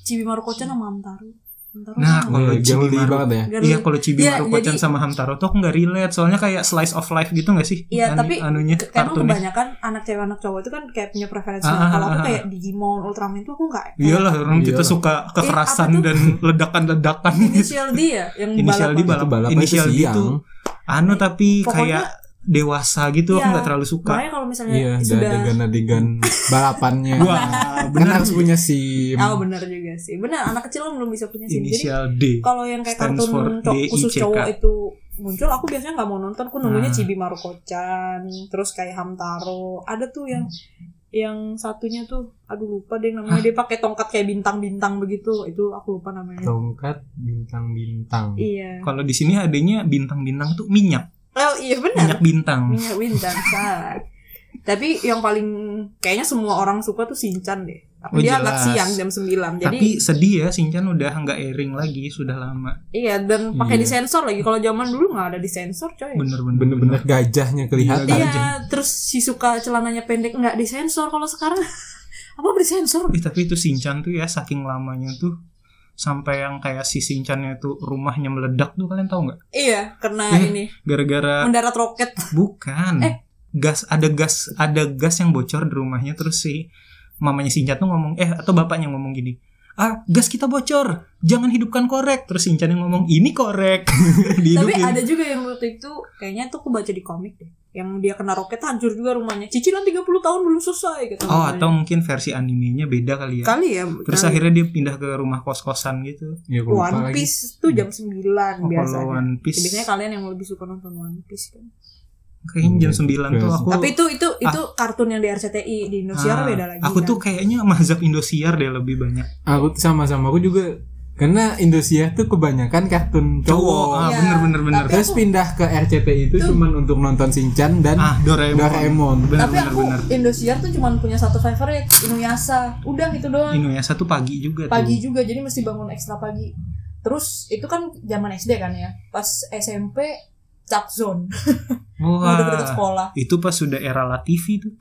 [SPEAKER 3] Cibi Marukocan sama Amtaru. Amtaru
[SPEAKER 1] Nah,
[SPEAKER 3] sama-
[SPEAKER 1] Kalau
[SPEAKER 2] Kalau
[SPEAKER 1] Cibi
[SPEAKER 2] jeli
[SPEAKER 1] Maru-
[SPEAKER 2] banget ya.
[SPEAKER 3] Garut.
[SPEAKER 1] Iya kalau Cibi
[SPEAKER 3] Iya,
[SPEAKER 1] Maru Kocan
[SPEAKER 3] jadi-
[SPEAKER 1] sama Hamtaro tuh aku nggak relate soalnya kayak slice of life gitu nggak sih?
[SPEAKER 3] Iya,
[SPEAKER 1] Anu-
[SPEAKER 3] tapi
[SPEAKER 1] anunya
[SPEAKER 3] Ke- Emang
[SPEAKER 1] kartunnya.
[SPEAKER 3] kebanyakan anak cewek anak cowok itu kan kayak punya preferensi.
[SPEAKER 1] Ah, ah,
[SPEAKER 3] kalau aku
[SPEAKER 1] ah,
[SPEAKER 3] kayak Digimon, Ultraman itu aku nggak.
[SPEAKER 1] Iyalah Iya orang kita
[SPEAKER 2] Iyalah.
[SPEAKER 1] suka kekerasan
[SPEAKER 3] Eh, apa tuh?
[SPEAKER 1] dan [LAUGHS] ledakan-ledakan gitu.
[SPEAKER 3] Inisial D ya yang
[SPEAKER 1] Inisial D
[SPEAKER 3] balapan.
[SPEAKER 1] balap,
[SPEAKER 2] Itu balapan
[SPEAKER 1] inisial
[SPEAKER 2] itu
[SPEAKER 1] D
[SPEAKER 2] siang.
[SPEAKER 1] tuh anu tapi
[SPEAKER 3] iya. Pokoknya-
[SPEAKER 1] kayak dewasa gitu aku
[SPEAKER 3] Iya.
[SPEAKER 1] nggak terlalu suka.
[SPEAKER 3] Makanya kalau misalnya
[SPEAKER 2] Iya, ada
[SPEAKER 3] sudah
[SPEAKER 2] adegan-adegan balapannya.
[SPEAKER 1] Wah,
[SPEAKER 3] [LAUGHS] Iya,
[SPEAKER 2] Kan
[SPEAKER 1] benar
[SPEAKER 2] harus punya SIM.
[SPEAKER 3] Oh benar juga sih. Benar anak kecil kan belum bisa punya SIM. Jadi
[SPEAKER 1] inisial D.
[SPEAKER 3] kalau yang kayak
[SPEAKER 1] Stands for
[SPEAKER 3] kartun cowok- khusus
[SPEAKER 1] DICK.
[SPEAKER 3] cowok itu muncul aku biasanya nggak mau nonton aku nunggunya
[SPEAKER 1] Nah.
[SPEAKER 3] Cibi Marukocan terus kayak Hamtaro ada tuh yang yang satunya tuh aduh lupa deh namanya dia pakai tongkat kayak bintang-bintang begitu itu aku lupa namanya
[SPEAKER 2] Tongkat bintang-bintang.
[SPEAKER 3] iya
[SPEAKER 1] Kalau di sini adanya bintang-bintang tuh minyak,
[SPEAKER 3] oh iya benar
[SPEAKER 1] minyak bintang.
[SPEAKER 3] Minyak Winter salah. Tapi yang paling kayaknya semua orang suka tuh Shinchan deh.
[SPEAKER 1] Oh,
[SPEAKER 3] Tapi dia agak
[SPEAKER 1] jelas.
[SPEAKER 3] siang jam 9. Jadi
[SPEAKER 1] Tapi sedih ya Shinchan udah nggak airing lagi sudah lama.
[SPEAKER 3] iya dan pakai
[SPEAKER 2] Iya.
[SPEAKER 3] disensor lagi. Kalau zaman dulu nggak ada disensor coy.
[SPEAKER 1] Bener-bener.
[SPEAKER 2] Bener-bener gajahnya kelihatan.
[SPEAKER 1] Iya.
[SPEAKER 3] Iya, terus si suka celananya pendek nggak disensor kalau sekarang [LAUGHS] apa bersensor?
[SPEAKER 1] Eh, tapi itu Shinchan tuh ya saking lamanya tuh sampai yang kayak si Shinchannya tuh rumahnya meledak tuh kalian tahu nggak?
[SPEAKER 3] Iya, karena
[SPEAKER 1] Eh.
[SPEAKER 3] ini
[SPEAKER 1] Gara-gara
[SPEAKER 3] mendarat
[SPEAKER 1] [LAUGHS]
[SPEAKER 3] roket.
[SPEAKER 1] bukan
[SPEAKER 3] Eh.
[SPEAKER 1] gas ada gas ada gas yang bocor di rumahnya terus si mamanya Shinchan tuh ngomong eh atau bapaknya ngomong gini ah gas kita bocor jangan hidupkan korek terus Shinchan yang ngomong ini korek [LAUGHS]
[SPEAKER 3] Tapi
[SPEAKER 1] dihidupin
[SPEAKER 3] ada juga yang waktu itu kayaknya tuh aku baca di komik deh. Yang dia kena roket hancur juga rumahnya. Cicilan 30 tahun belum selesai gitu.
[SPEAKER 1] oh atau mungkin versi animenya beda kali ya
[SPEAKER 3] kali ya.
[SPEAKER 1] terus
[SPEAKER 3] kali.
[SPEAKER 1] akhirnya dia pindah ke rumah kos-kosan gitu
[SPEAKER 2] Ya, aku lupa
[SPEAKER 3] One
[SPEAKER 2] lagi.
[SPEAKER 3] Piece tuh jam 9
[SPEAKER 1] Oh,
[SPEAKER 3] biasanya. Ya,
[SPEAKER 1] kalau One Piece
[SPEAKER 3] Biasanya kalian yang lebih suka nonton One Piece kan.
[SPEAKER 1] kayaknya jam 9 tuh aku
[SPEAKER 3] Tapi itu itu itu kartun yang di RCTI di Indosiar
[SPEAKER 1] Oh. Ah,
[SPEAKER 3] beda lagi.
[SPEAKER 1] aku
[SPEAKER 3] kan?
[SPEAKER 1] tuh kayaknya mazhab Indosiar deh lebih banyak
[SPEAKER 2] Aku sama-sama aku juga Karena Indosiar tuh kebanyakan kartun
[SPEAKER 1] Cowok.
[SPEAKER 2] cowok.
[SPEAKER 1] Ah,
[SPEAKER 3] Iya,
[SPEAKER 1] bener bener bener.
[SPEAKER 3] tapi-
[SPEAKER 2] Terus pindah ke RCTI itu
[SPEAKER 3] Tuh.
[SPEAKER 2] cuman untuk nonton Shinchan dan
[SPEAKER 1] Ah, Doraemon.
[SPEAKER 2] Doraemon.
[SPEAKER 1] Bener
[SPEAKER 3] tapi
[SPEAKER 1] bener
[SPEAKER 3] aku
[SPEAKER 1] bener.
[SPEAKER 3] Indosiar tuh cuman punya satu favorite Inuyasha udah itu doang
[SPEAKER 1] Inuyasha tuh ya, pagi juga
[SPEAKER 3] pagi
[SPEAKER 1] tuh.
[SPEAKER 3] juga jadi mesti bangun ekstra pagi terus itu kan zaman SD kan ya pas SMP Cak
[SPEAKER 1] [LAUGHS]
[SPEAKER 3] Zone udah deket
[SPEAKER 1] Wah.
[SPEAKER 3] sekolah
[SPEAKER 1] Itu pas sudah era Latifi tuh.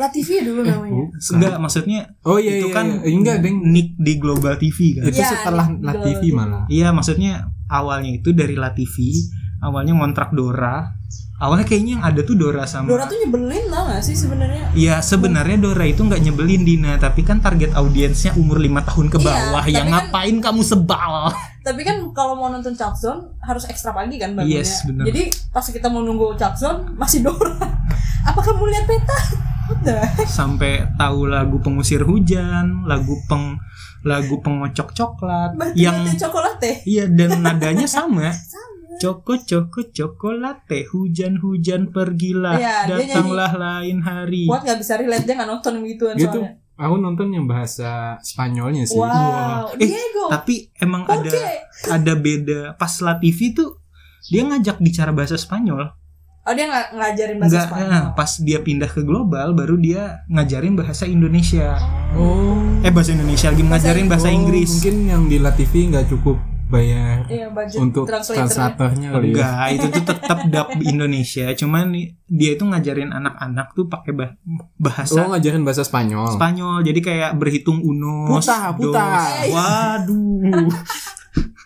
[SPEAKER 3] lah TV dulu namanya
[SPEAKER 1] Enggak, maksudnya
[SPEAKER 2] Eh, Oh Kan. iya,
[SPEAKER 1] itu
[SPEAKER 2] iya,
[SPEAKER 1] kan
[SPEAKER 2] iya. enggak, Deng.
[SPEAKER 1] nick di Global TV kan.
[SPEAKER 2] Itu
[SPEAKER 3] Iya,
[SPEAKER 2] setelah
[SPEAKER 3] di-
[SPEAKER 2] La
[SPEAKER 3] di-
[SPEAKER 2] TV malah.
[SPEAKER 1] Iya, maksudnya awalnya itu dari Latifi, awalnya ngontrak Dora. Awalnya kayaknya yang ada tuh Dora sama
[SPEAKER 3] Dora tuh nyebelin tau gak sih sebenarnya
[SPEAKER 1] Ya sebenarnya Dora itu nggak nyebelin Dina, tapi kan target audiensnya umur 5 tahun ke
[SPEAKER 3] Iya,
[SPEAKER 1] bawah.
[SPEAKER 3] tapi
[SPEAKER 1] yang
[SPEAKER 3] kan-
[SPEAKER 1] ngapain kamu sebal?
[SPEAKER 3] tapi kan kalau mau nonton Cak Zone harus ekstra pagi kan bangunnya
[SPEAKER 1] Yes, bener.
[SPEAKER 3] jadi pas kita mau nunggu Cak Zone masih Dora [LAUGHS] apa kamu lihat peta [LAUGHS] Nah, udah
[SPEAKER 1] Sampai tahu lagu pengusir hujan, lagu peng lagu pengocok coklat
[SPEAKER 3] batu
[SPEAKER 1] yang
[SPEAKER 3] yang... coklat teh
[SPEAKER 1] iya
[SPEAKER 3] [LAUGHS]
[SPEAKER 1] dan nadanya sama.
[SPEAKER 3] sama
[SPEAKER 1] Coko coko cokolate hujan-hujan pergilah
[SPEAKER 3] Iya, dia
[SPEAKER 1] datanglah lain hari.
[SPEAKER 3] kuat nggak bisa relate dia nggak nonton yang begituan
[SPEAKER 2] Gitu.
[SPEAKER 3] soalnya
[SPEAKER 2] Aku nonton yang bahasa Spanyolnya sih.
[SPEAKER 1] Wah.
[SPEAKER 3] wow
[SPEAKER 1] Eh,
[SPEAKER 3] Diego
[SPEAKER 1] Tapi emang
[SPEAKER 3] Oke,
[SPEAKER 1] ada ada beda pas Latifi tuh dia ngajak bicara bahasa Spanyol.
[SPEAKER 3] oh dia nggak ngajarin bahasa
[SPEAKER 1] Enggak,
[SPEAKER 3] Spanyol.
[SPEAKER 1] eh, pas dia pindah ke global baru dia ngajarin bahasa Indonesia.
[SPEAKER 2] Oh.
[SPEAKER 1] Eh bahasa Indonesia lagi ngajarin bahasa
[SPEAKER 2] Oh,
[SPEAKER 1] Inggris.
[SPEAKER 2] Mungkin yang di La TV nggak cukup bayar
[SPEAKER 3] Iya, budget
[SPEAKER 2] untuk
[SPEAKER 3] translatornya.
[SPEAKER 2] translatornya kali ya.
[SPEAKER 1] Enggak, itu tuh tetap dap Indonesia, cuman dia itu ngajarin anak-anak tuh pakai bah-
[SPEAKER 2] Oh,
[SPEAKER 1] bahasa
[SPEAKER 2] ngajarin bahasa Spanyol.
[SPEAKER 1] Spanyol. Jadi kayak berhitung uno,
[SPEAKER 2] Puta, puta.
[SPEAKER 1] dos. Waduh. [LAUGHS]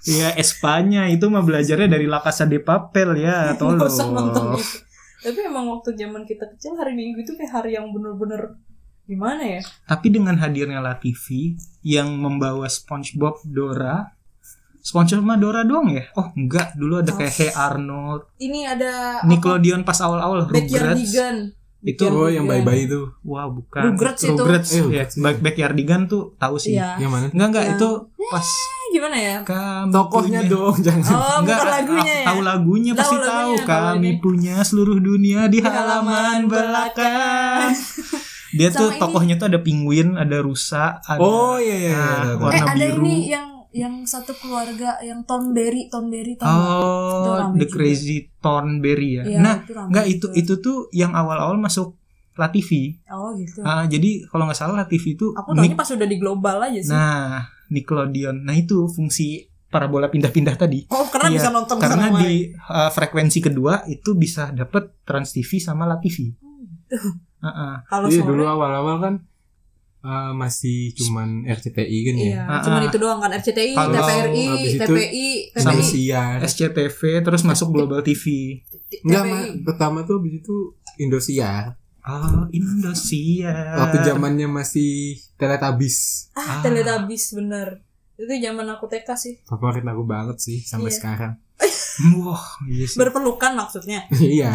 [SPEAKER 1] ya Espanya itu mah belajarnya dari La Casa de Papel ya,
[SPEAKER 3] [LAUGHS] Nggak usah nonton
[SPEAKER 1] tolong.
[SPEAKER 3] itu. Tapi emang waktu zaman kita kecil hari Minggu itu kayak hari yang bener-bener gimana ya?
[SPEAKER 1] Tapi dengan hadirnya Latifi yang membawa SpongeBob, Dora, SpongeBob sama Dora doang ya? Oh enggak, dulu ada kayak Hey Arnold,
[SPEAKER 3] Ini ada apa?
[SPEAKER 1] Nickelodeon pas awal-awal
[SPEAKER 3] Backyard
[SPEAKER 1] Rugrats.
[SPEAKER 3] Vegan.
[SPEAKER 1] Itu
[SPEAKER 2] Oh, yang
[SPEAKER 3] Backyard
[SPEAKER 2] bayi-bayi itu.
[SPEAKER 1] wah bukan.
[SPEAKER 3] Rugrats itu.
[SPEAKER 2] Eh,
[SPEAKER 1] ya.
[SPEAKER 2] Rugrats, iya.
[SPEAKER 1] Back Backyardigan tuh tahu sih.
[SPEAKER 3] Iya.
[SPEAKER 2] Yang mana?
[SPEAKER 1] Enggak enggak
[SPEAKER 3] Yang-
[SPEAKER 1] itu pas
[SPEAKER 3] Eh, Gimana ya?
[SPEAKER 1] kami
[SPEAKER 2] Tokohnya
[SPEAKER 1] punya-
[SPEAKER 2] dong, jangan.
[SPEAKER 3] Oh,
[SPEAKER 1] Enggak,
[SPEAKER 3] bukan lagunya
[SPEAKER 1] ah,
[SPEAKER 3] ya.
[SPEAKER 1] Tahu lagunya
[SPEAKER 3] Tahu
[SPEAKER 1] pasti
[SPEAKER 3] lagunya,
[SPEAKER 1] tahu.
[SPEAKER 3] tahu
[SPEAKER 1] Kami
[SPEAKER 3] lagunya.
[SPEAKER 1] punya seluruh dunia di
[SPEAKER 3] Di halaman
[SPEAKER 1] halaman belakang. [LAUGHS] Dia
[SPEAKER 3] Sama
[SPEAKER 1] tuh
[SPEAKER 3] ini.
[SPEAKER 1] tokohnya tuh ada penguin, ada rusa, ada
[SPEAKER 2] Oh, iya iya. iya.
[SPEAKER 1] Ah,
[SPEAKER 3] Eh,
[SPEAKER 1] warna
[SPEAKER 3] ada
[SPEAKER 1] biru.
[SPEAKER 3] ini yang yang satu keluarga yang Tonberry, Tonberry tahu nggak? Itu
[SPEAKER 1] Oh,
[SPEAKER 3] rame
[SPEAKER 1] The
[SPEAKER 3] juga.
[SPEAKER 1] Crazy Thornberry ya.
[SPEAKER 3] Iya,
[SPEAKER 1] nah,
[SPEAKER 3] itu rame
[SPEAKER 1] nggak itu
[SPEAKER 3] juga.
[SPEAKER 1] itu tuh yang awal-awal masuk Latifi.
[SPEAKER 3] Oh, gitu.
[SPEAKER 1] Ah, jadi kalau nggak salah Latifi itu
[SPEAKER 3] Aku taunya pas udah di global aja sih.
[SPEAKER 1] Nah, Nickelodeon. Nah, itu fungsi parabola pindah-pindah tadi.
[SPEAKER 3] oh, karena
[SPEAKER 1] iya,
[SPEAKER 3] bisa nonton
[SPEAKER 1] Karena
[SPEAKER 3] sama lain.
[SPEAKER 1] di uh, frekuensi kedua itu bisa dapet Trans TV sama Latifi.
[SPEAKER 3] Hmm.
[SPEAKER 1] Heeh.
[SPEAKER 3] Kalau
[SPEAKER 2] Iya,
[SPEAKER 3] sore,
[SPEAKER 2] dulu awal-awal kan eh, masih cuman RCTI kan ya.
[SPEAKER 3] Iya,
[SPEAKER 1] Ah,
[SPEAKER 3] cuman
[SPEAKER 1] ah.
[SPEAKER 3] itu doang kan RCTI,
[SPEAKER 1] Kalau
[SPEAKER 3] TVRI,
[SPEAKER 2] habis itu
[SPEAKER 3] TPI,
[SPEAKER 1] sama
[SPEAKER 2] Sama
[SPEAKER 3] TPI,
[SPEAKER 2] siar.
[SPEAKER 1] SCTV terus masuk Global TV.
[SPEAKER 2] Enggak,
[SPEAKER 3] TPI.
[SPEAKER 2] Ma. pertama tuh habis itu Indosiar.
[SPEAKER 1] Ah, Indosiar.
[SPEAKER 2] Waktu zamannya masih Teletubbies.
[SPEAKER 3] Ah,
[SPEAKER 1] Ah.
[SPEAKER 3] Teletubbies bener. Itu zaman aku TK sih.
[SPEAKER 2] Favorit aku banget sih sampai
[SPEAKER 3] Iya.
[SPEAKER 2] sekarang. [LAUGHS]
[SPEAKER 1] Wah, iya sih.
[SPEAKER 3] Berpelukan maksudnya.
[SPEAKER 2] Iya.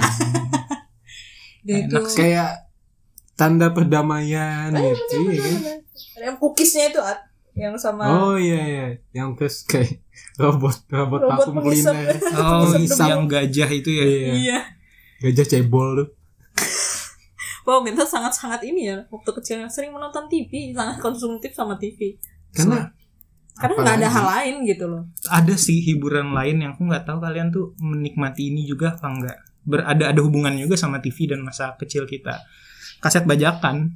[SPEAKER 3] Gitu.
[SPEAKER 1] Enak sih.
[SPEAKER 2] Kayak tanda perdamaian
[SPEAKER 3] Eh,
[SPEAKER 2] gitu
[SPEAKER 3] bener,
[SPEAKER 2] ya
[SPEAKER 3] bener,
[SPEAKER 2] kan.
[SPEAKER 3] bener. Ada Yang cookiesnya itu At. yang sama
[SPEAKER 2] Oh iya iya, yang terus kayak [LAUGHS] robot robot,
[SPEAKER 3] Robot
[SPEAKER 2] vakum
[SPEAKER 3] pengisap.
[SPEAKER 2] cleaner.
[SPEAKER 3] [LAUGHS]
[SPEAKER 1] Oh,
[SPEAKER 2] Ngisap.
[SPEAKER 1] yang gajah itu ya.
[SPEAKER 2] Iya.
[SPEAKER 3] Iya.
[SPEAKER 2] Gajah cebol tuh.
[SPEAKER 3] Wow, Minta sangat-sangat ini ya. Waktu kecil sering menonton TV, sangat konsumtif sama TV.
[SPEAKER 2] Karena
[SPEAKER 3] Karena
[SPEAKER 2] Apa
[SPEAKER 3] nggak ada
[SPEAKER 2] lagi?
[SPEAKER 3] hal lain gitu loh.
[SPEAKER 1] Ada sih hiburan lain yang aku nggak tahu kalian tuh menikmati ini juga apa enggak. Berada ada hubungannya juga sama TV dan masa kecil kita. Kaset bajakan,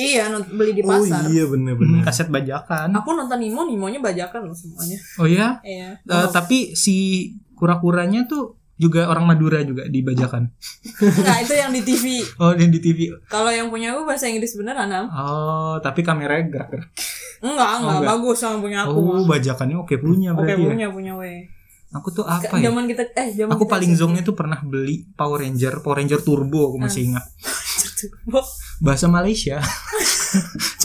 [SPEAKER 3] Iya, nont- beli di
[SPEAKER 2] oh
[SPEAKER 3] pasar.
[SPEAKER 2] iya
[SPEAKER 1] Hmm,
[SPEAKER 2] benar-benar.
[SPEAKER 1] kaset bajakan.
[SPEAKER 3] Aku nonton Nemo, Nemonya bajakan loh semuanya.
[SPEAKER 1] Oh ya,
[SPEAKER 3] Iya.
[SPEAKER 1] Eh, tapi si kura-kuranya tuh juga orang Madura juga dibajakan.
[SPEAKER 3] Nah, itu yang di TV.
[SPEAKER 1] Oh, dan di TV.
[SPEAKER 3] Kalau yang punya aku bahasa Inggris beneran, Am.
[SPEAKER 1] Oh, tapi kameranya gerak-gerak.
[SPEAKER 3] Enggak, enggak,
[SPEAKER 1] enggak.
[SPEAKER 3] bagus sama punya aku.
[SPEAKER 1] Oh, bajakannya oke punya
[SPEAKER 3] Oke,
[SPEAKER 1] berarti ya.
[SPEAKER 3] punya punya we.
[SPEAKER 1] Aku tuh apa ya?
[SPEAKER 3] Zaman kita eh zaman
[SPEAKER 1] Aku
[SPEAKER 3] kita
[SPEAKER 1] paling
[SPEAKER 3] SMP.
[SPEAKER 1] zongnya tuh pernah beli Power Ranger, Power Ranger Turbo aku
[SPEAKER 3] Ah.
[SPEAKER 1] masih ingat. Bahasa
[SPEAKER 3] [LAUGHS]
[SPEAKER 1] Malaysia.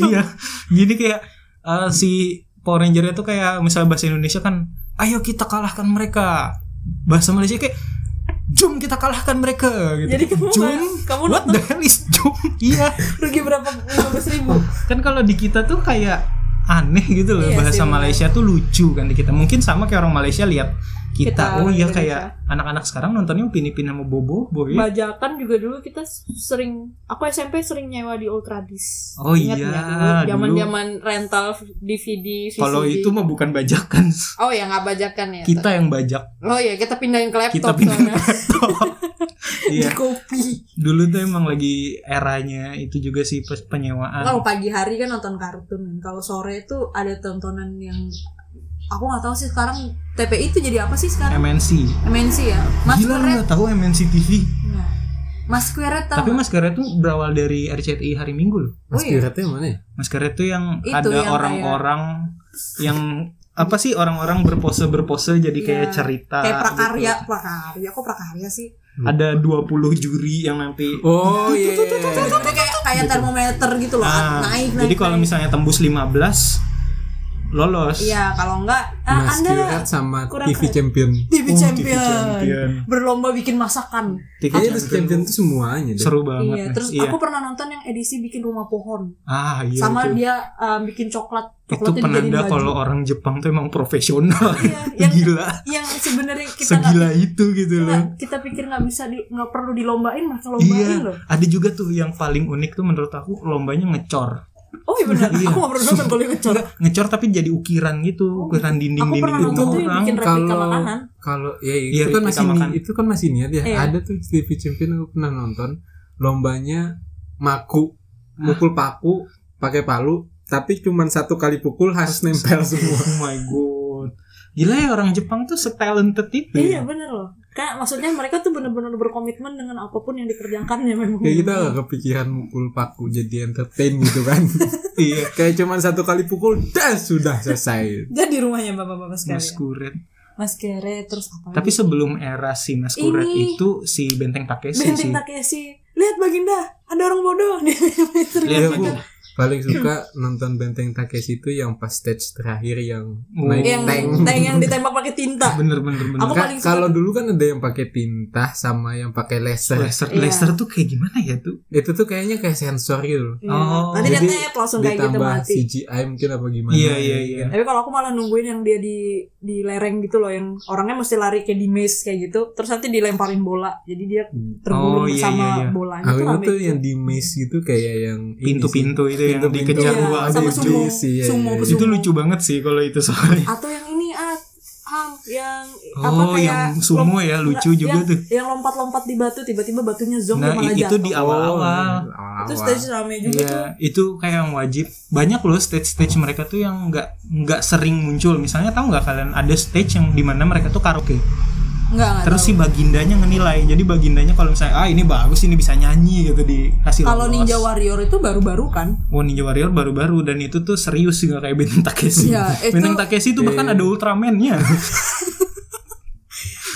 [SPEAKER 1] iya. Jadi kayak eh, si Power Ranger itu kayak misalnya bahasa Indonesia kan, ayo kita kalahkan mereka. Bahasa Malaysia kayak Jom kita kalahkan mereka gitu.
[SPEAKER 3] Jadi kamu
[SPEAKER 1] Jom,
[SPEAKER 3] kamu
[SPEAKER 1] What
[SPEAKER 3] nonton
[SPEAKER 1] the hell is Jom? [LAUGHS] iya.
[SPEAKER 3] rugi berapa 15 ribu
[SPEAKER 1] Kan kalau di kita tuh kayak aneh gitu loh
[SPEAKER 3] Iya
[SPEAKER 1] bahasa
[SPEAKER 3] sih, bener.
[SPEAKER 1] Malaysia tuh lucu kan di kita mungkin sama kayak orang Malaysia lihat kita,
[SPEAKER 3] Kita,
[SPEAKER 1] oh iya
[SPEAKER 3] Indonesia.
[SPEAKER 1] kayak anak-anak sekarang nontonnya Upin Ipin sama ya. Bobo Boy
[SPEAKER 3] Iya. Bajakan juga dulu kita sering aku SMP sering nyewa di Old Tradis.
[SPEAKER 1] Oh
[SPEAKER 3] Ingat
[SPEAKER 1] iya,
[SPEAKER 3] nggak dulu zaman-zaman rental DVD VCD.
[SPEAKER 1] kalau itu mah bukan bajakan
[SPEAKER 3] Oh ya nggak bajakan ya.
[SPEAKER 1] kita yang bajak
[SPEAKER 3] Oh ya kita pindahin ke
[SPEAKER 1] kita
[SPEAKER 3] laptop
[SPEAKER 1] pindah
[SPEAKER 3] soalnya.
[SPEAKER 1] [LAUGHS]
[SPEAKER 3] [LAUGHS]
[SPEAKER 1] iya
[SPEAKER 3] Di kopi.
[SPEAKER 1] dulu tuh emang lagi eranya itu juga sih pe- penyewaan
[SPEAKER 3] Kalau pagi hari kan nonton kartun. Kalau sore itu ada tontonan yang aku nggak tahu sih sekarang TPI itu jadi apa sih sekarang?
[SPEAKER 1] MNC
[SPEAKER 3] MNC ya. Mas
[SPEAKER 1] gila lu
[SPEAKER 3] Kuret.
[SPEAKER 1] nggak tahu MNC TV
[SPEAKER 3] Nah, Mas Kuret tau
[SPEAKER 1] tapi
[SPEAKER 3] nggak?
[SPEAKER 1] Mas Gareth tuh berawal dari RCTI hari Minggu loh
[SPEAKER 3] Oh
[SPEAKER 2] Mas
[SPEAKER 3] iya.
[SPEAKER 2] Kiratnya mana ya?
[SPEAKER 1] Mas Gareth tuh yang
[SPEAKER 3] Itu
[SPEAKER 1] ada
[SPEAKER 3] yang
[SPEAKER 1] orang-orang yang apa sih orang-orang berpose berpose jadi
[SPEAKER 3] Iya.
[SPEAKER 1] kayak cerita
[SPEAKER 3] Kayak prakarya,
[SPEAKER 1] gitu.
[SPEAKER 3] prakarya kok prakarya sih?
[SPEAKER 1] ada 20 juri yang nanti
[SPEAKER 2] Oh iya.
[SPEAKER 3] Itu kayak kayak termometer gitu loh,
[SPEAKER 1] Eh, Ah,
[SPEAKER 3] naik naik.
[SPEAKER 1] jadi kalau
[SPEAKER 3] naik.
[SPEAKER 1] misalnya tembus 15 lolos
[SPEAKER 3] Iya, kalau enggak ah,
[SPEAKER 2] Mas
[SPEAKER 3] Anda
[SPEAKER 2] Kirat sama
[SPEAKER 3] kurang
[SPEAKER 2] TV
[SPEAKER 3] keren.
[SPEAKER 2] Champion.
[SPEAKER 3] TV,
[SPEAKER 1] Oh,
[SPEAKER 3] champion.
[SPEAKER 1] Champion.
[SPEAKER 3] Berlomba bikin masakan.
[SPEAKER 1] TV
[SPEAKER 2] Kayaknya TV
[SPEAKER 1] Champion.
[SPEAKER 2] Champion tuh semuanya deh.
[SPEAKER 1] seru banget
[SPEAKER 3] Iya,
[SPEAKER 1] nih.
[SPEAKER 3] terus aku pernah nonton yang edisi bikin rumah pohon.
[SPEAKER 1] ah iya
[SPEAKER 3] Sama
[SPEAKER 1] itu.
[SPEAKER 3] dia eh, bikin coklat,
[SPEAKER 1] itu
[SPEAKER 3] coklatnya dijadiin
[SPEAKER 1] penanda
[SPEAKER 3] baju.
[SPEAKER 1] kalau orang Jepang tuh emang profesional [LAUGHS]
[SPEAKER 3] Iya, yang
[SPEAKER 1] gila
[SPEAKER 3] yang sebenarnya kita nggak
[SPEAKER 1] segila itu gitu loh
[SPEAKER 3] nggak- kita pikir nggak bisa di- nggak perlu dilombain mereka lombain
[SPEAKER 1] Iya,
[SPEAKER 3] loh.
[SPEAKER 1] ada juga tuh yang paling unik tuh menurut aku lombanya ngecor.
[SPEAKER 3] Oh iya benar.
[SPEAKER 1] Iya.
[SPEAKER 3] Aku nggak pernah nonton kalau ngecor.
[SPEAKER 1] Enggak, ngecor tapi jadi ukiran gitu,
[SPEAKER 3] Oh,
[SPEAKER 1] ukiran
[SPEAKER 3] Aku
[SPEAKER 1] dinding-dinding
[SPEAKER 3] pernah
[SPEAKER 1] rumah
[SPEAKER 3] nonton tuh yang
[SPEAKER 1] orang.
[SPEAKER 3] bikin replika
[SPEAKER 2] Kalau-
[SPEAKER 3] makanan.
[SPEAKER 2] Kalau ya
[SPEAKER 1] Iya,
[SPEAKER 2] itu kan
[SPEAKER 1] kita
[SPEAKER 2] masih
[SPEAKER 1] makan.
[SPEAKER 2] ni- itu kan masih niat ya.
[SPEAKER 3] Iya.
[SPEAKER 2] Ada tuh TV Champion aku pernah nonton lombanya maku mukul paku pakai palu tapi cuman satu kali pukul khas nempel semua.
[SPEAKER 1] [LAUGHS] Oh my god. Gila ya orang Jepang tuh setalented itu. ya.
[SPEAKER 3] Iya benar loh. Kan maksudnya mereka tuh benar-benar berkomitmen dengan apapun yang dikerjakannya memang.
[SPEAKER 2] Kayak
[SPEAKER 1] gitu.
[SPEAKER 2] kita gak kepikiran mukul paku jadi entertain gitu [LAUGHS] kan.
[SPEAKER 1] Iya.
[SPEAKER 2] Kayak cuman satu kali pukul dah sudah selesai.
[SPEAKER 3] Jadi rumahnya bapak-bapak
[SPEAKER 1] Mas
[SPEAKER 3] sekalian.
[SPEAKER 1] Kuret.
[SPEAKER 3] Mas Kere terus apa?
[SPEAKER 1] Tapi
[SPEAKER 3] lagi?
[SPEAKER 1] sebelum era si Mas
[SPEAKER 3] Ini.
[SPEAKER 1] Kuret itu si Benteng Takeshi sih.
[SPEAKER 3] Benteng Takeshi. Lihat Baginda, ada orang bodoh. [LAUGHS] Dia
[SPEAKER 1] Lihat
[SPEAKER 2] Iya,
[SPEAKER 3] serius
[SPEAKER 2] aku
[SPEAKER 3] gitu.
[SPEAKER 2] paling suka nonton Benteng Takeshi itu yang pas stage terakhir yang
[SPEAKER 1] Oh.
[SPEAKER 2] naik
[SPEAKER 3] yang
[SPEAKER 2] tank.
[SPEAKER 3] tank yang ditembak pakai tinta.
[SPEAKER 1] Bener bener bener.
[SPEAKER 3] Aku
[SPEAKER 2] Ka-
[SPEAKER 3] paling suka-
[SPEAKER 2] kalau dulu kan ada yang pakai tinta sama yang pakai laser.
[SPEAKER 1] Lester,
[SPEAKER 3] Iya.
[SPEAKER 1] Lester tuh kayak gimana ya tuh?
[SPEAKER 2] Itu tuh kayaknya kayak sensor gitu. loh.
[SPEAKER 3] Iya.
[SPEAKER 1] Oh,
[SPEAKER 3] Nanti dia
[SPEAKER 2] jadi
[SPEAKER 3] tap langsung kayak gitu
[SPEAKER 2] Ditambah
[SPEAKER 3] mati.
[SPEAKER 2] CGI mungkin apa gimana. gitu.
[SPEAKER 1] Iya, iya, iya.
[SPEAKER 3] Tapi kalau aku malah nungguin yang dia di di lereng gitu loh yang orangnya mesti lari kayak di maze kayak gitu terus nanti dilemparin bola. Jadi dia
[SPEAKER 1] Oh,
[SPEAKER 3] tergulung
[SPEAKER 1] iya,
[SPEAKER 3] bersama
[SPEAKER 1] iya, iya.
[SPEAKER 3] bolanya.
[SPEAKER 2] Aku
[SPEAKER 3] Nah, Itu
[SPEAKER 2] ingat
[SPEAKER 3] rame
[SPEAKER 2] tuh
[SPEAKER 3] banget.
[SPEAKER 2] yang di maze gitu kayak yang ini
[SPEAKER 1] Pintu-pintu itu yang
[SPEAKER 2] Pintu-pintu.
[SPEAKER 1] dikejar
[SPEAKER 3] Iya,
[SPEAKER 1] dua
[SPEAKER 3] sama
[SPEAKER 1] abis.
[SPEAKER 3] sumo.
[SPEAKER 2] Iya, iya,
[SPEAKER 3] Sumo
[SPEAKER 2] iya.
[SPEAKER 1] Itu lucu banget sih kalau itu soalnya.
[SPEAKER 3] atau yang ini ah ham yang apa
[SPEAKER 1] Oh,
[SPEAKER 3] kayak
[SPEAKER 1] yang sumo ya lucu
[SPEAKER 3] enggak,
[SPEAKER 1] juga
[SPEAKER 3] yang,
[SPEAKER 1] tuh.
[SPEAKER 3] yang lompat-lompat di batu tiba-tiba batunya zong
[SPEAKER 1] Nah,
[SPEAKER 3] dia malah
[SPEAKER 1] i- itu
[SPEAKER 3] jatuh.
[SPEAKER 1] di
[SPEAKER 2] sih.
[SPEAKER 1] awal-awal.
[SPEAKER 2] Oh, awal-awal.
[SPEAKER 3] itu stage rame juga
[SPEAKER 1] Iya,
[SPEAKER 3] gitu.
[SPEAKER 1] itu kayak yang wajib. Banyak loh stage-stage mereka tuh yang nggak nggak sering muncul. Misalnya tahu nggak kalian ada stage yang dimana mereka tuh karaoke.
[SPEAKER 3] enggak enggak
[SPEAKER 1] Terus si bagindanya ngenilai. Jadi bagindanya kalau misalnya ah ini bagus, ini bisa nyanyi gitu di hasil.
[SPEAKER 3] kalau
[SPEAKER 1] lolos.
[SPEAKER 3] Ninja Warrior itu baru-baru kan
[SPEAKER 1] Oh Ninja Warrior baru-baru dan itu tuh serius juga kayak Benteng Takeshi.
[SPEAKER 3] Iya, itu-
[SPEAKER 1] Benteng Takeshi tuh bahkan ada Ultraman-nya.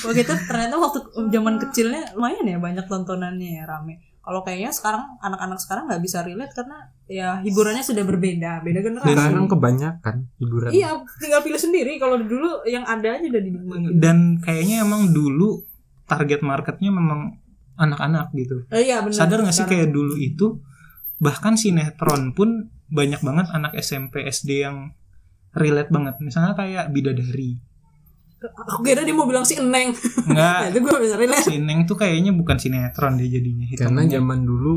[SPEAKER 3] waktu itu ternyata waktu zaman kecilnya lumayan ya banyak tontonannya ya rame kalau kayaknya sekarang anak-anak sekarang nggak bisa relate karena ya hiburannya sudah berbeda beda generasi
[SPEAKER 2] Sekarang kebanyakan hiburan.
[SPEAKER 3] iya tinggal pilih sendiri kalau dulu yang ada aja udah dinikmati
[SPEAKER 1] dan kayaknya emang dulu target marketnya memang anak-anak gitu.
[SPEAKER 3] Eh, iya benar
[SPEAKER 1] Sadar gak sih
[SPEAKER 3] Sekarang-
[SPEAKER 1] kayak dulu itu bahkan sinetron pun banyak banget anak SMP SD yang relate banget. Misalnya kayak
[SPEAKER 3] [LAUGHS]
[SPEAKER 1] Bidadari.
[SPEAKER 3] aku kira dia mau bilang si Eneng Nah,
[SPEAKER 1] Enggak,
[SPEAKER 3] itu gue bisa relate
[SPEAKER 1] Sineng tuh kayaknya bukan sinetron dia jadinya.
[SPEAKER 2] Karena
[SPEAKER 1] hitungannya.
[SPEAKER 2] zaman dulu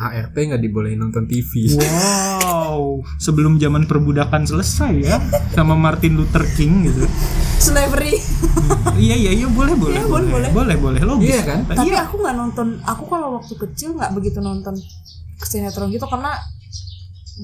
[SPEAKER 2] ART nggak dibolehin nonton
[SPEAKER 1] Iya,
[SPEAKER 2] TV.
[SPEAKER 1] Wow, Gitu. sebelum zaman perbudakan selesai ya sama Martin Luther King gitu.
[SPEAKER 3] slavery
[SPEAKER 1] iya iya iya boleh boleh
[SPEAKER 3] Iya, boleh,
[SPEAKER 1] boleh boleh boleh logis. ya,
[SPEAKER 2] Iya kan?
[SPEAKER 3] tapi aku nggak nonton aku kalau waktu kecil nggak begitu nonton sinetron gitu karena